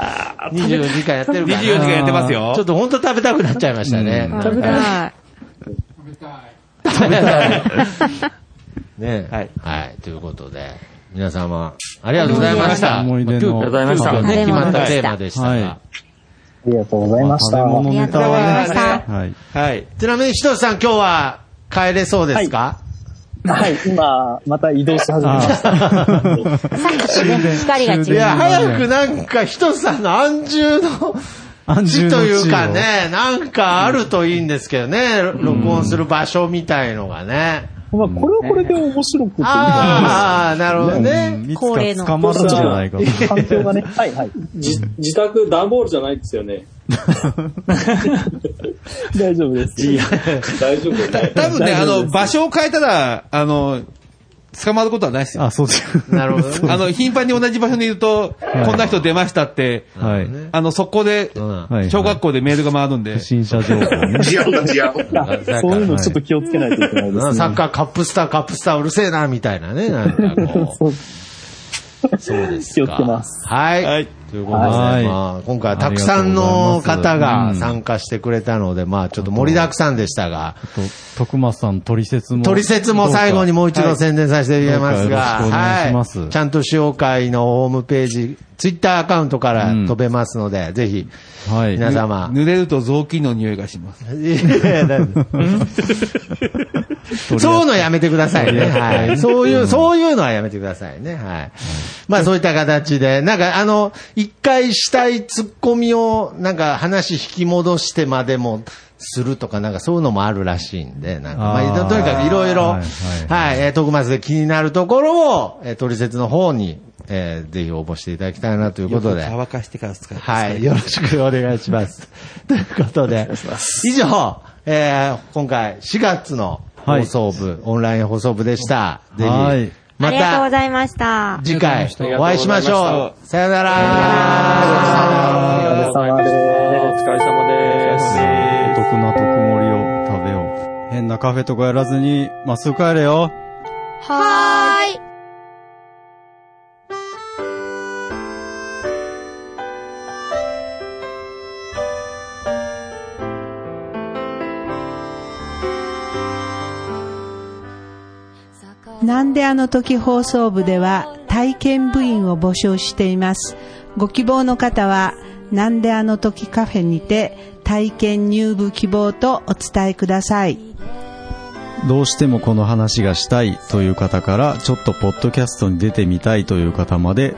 C: 24時間やってるから。
G: 24時間やってますよ
C: ちょっと本当食べたくなっちゃいましたね。
E: 食べたい。
C: 食べたい。ね
G: はい
C: はい。ということで、皆様、ありがとうございました。
F: 思い出の
C: まあ急遽急遽ね、決まったテーマでした
F: はい
C: が。
L: ありがとうございました。
F: 食べ物ネタはね
C: はい。はい。ちなみに、ひとしさん、今日は帰れそうですか
L: はい、今、また移動し始めました。
E: 光が違う
C: いや、早くなんか、ひとしさんの安住の、
F: 安
C: 地
F: 住の地
C: と
F: を
C: いうかね、なんかあるといいんですけどね、録音する場所みたいのがね。
L: まあ、これはこれで面白くて。
C: ああ、なるほどね。
F: いつか捕まるんじゃないかと。
L: 環境がね。はいはい。
J: じ自宅段ボールじゃないですよね。
L: 大丈夫です。
J: 大丈夫ですね。
G: 多分ね、あの、場所を変えたら、あの、捕まることはないですよ。
F: あ、そうです。
C: なるほどね。
G: あの、頻繁に同じ場所にいると、
F: い
G: こんな人出ましたって、
F: はい。
G: あの、速攻で、
F: はい
G: 小学校でメールが回るんで
F: 不。審者 情報ね。
B: 違う違う。
L: そういうのちょっと気をつけないといけないです
C: な
L: ね。
C: サッカーカップスター、カップスターうるせえな、みたいなね。なんかこう。そうですか。
L: 気をつけます。
C: はい。
G: はい
C: ということで、
F: はい
C: まあ、今回はたくさんの方が参加してくれたので、まあ、ちょっと盛りだくさんでした
F: あ
C: が、
F: と、徳松さん、トリセツも。
C: トリセツも最後にもう一度宣伝させていただきま
F: どう
C: すが、
F: かよろしくお願いします
C: はい。ちゃんと使用会のホームページ、ツイッターアカウントから飛べますので、ぜひ、
F: はい。
C: 皆様、
G: 濡れると雑巾の匂いがします。
C: いやいやなんでそういうのやめてくださいね。はい。そういう、そういうのはやめてくださいね。はい。まあそういった形で、なんかあの、一回したい突っ込みを、なんか話引き戻してまでも、するとか、なんかそういうのもあるらしいんで、なんか、まあ、
F: あー
C: とにかくいろいろ、
F: は
C: はいい、えー、徳松で気になるところを、えー、トリセツの方に、えー、ぜひ応募していただきたいなということで。
G: 乾かしてから使う。
C: はい。よろしくお願いします。ということで、以上、えー、今回4月の放送部、オンライン放送部でした。ぜひ、
F: はい
E: あ
C: ま
E: りがとうご
C: た
E: ざいました。
C: 次回お会いしましょう。さよなら。
L: お疲れ様です。
J: お疲れ様です。
F: お得な特盛りを食べよう。変なカフェとかやらずに、まっすぐ帰れよ。
E: はーい。
M: なんであの時放送部では体験部員を募集しています。ご希望の方は、なんであの時カフェにて体験入部希望とお伝えください。
F: どうしてもこの話がしたいという方から、ちょっとポッドキャストに出てみたいという方まで、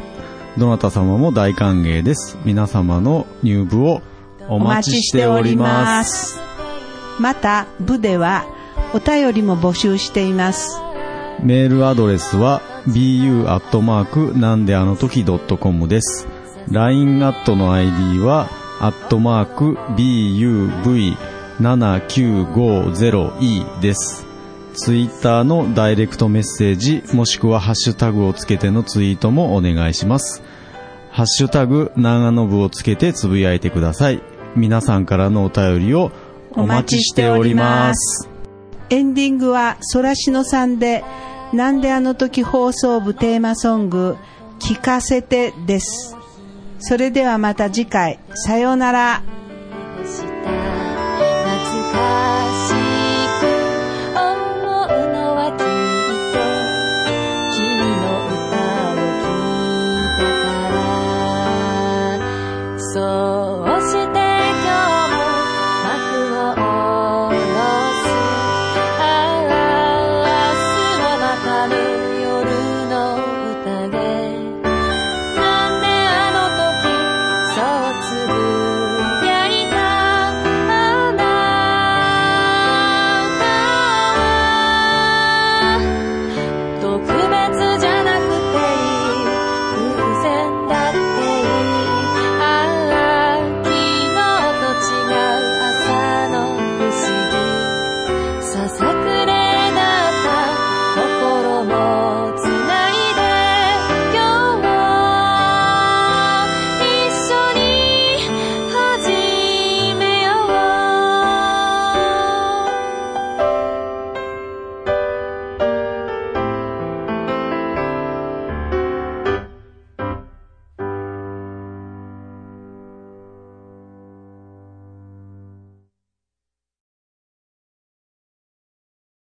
F: どなた様も大歓迎です。皆様の入部をお待ちしております。
M: す。また、部ではお便りも募集しています。
F: メールアドレスは bu なんであの時 .com です。LINE アットの ID は、アットマーク buv7950e です。ツイッターのダイレクトメッセージ、もしくはハッシュタグをつけてのツイートもお願いします。ハッシュタグ、長野部をつけてつぶやいてください。皆さんからのお便りをお待ちしております。
M: エンディングはソラシノさんで、なんであの時放送部テーマソング、聞かせてです。それではまた次回、さようなら。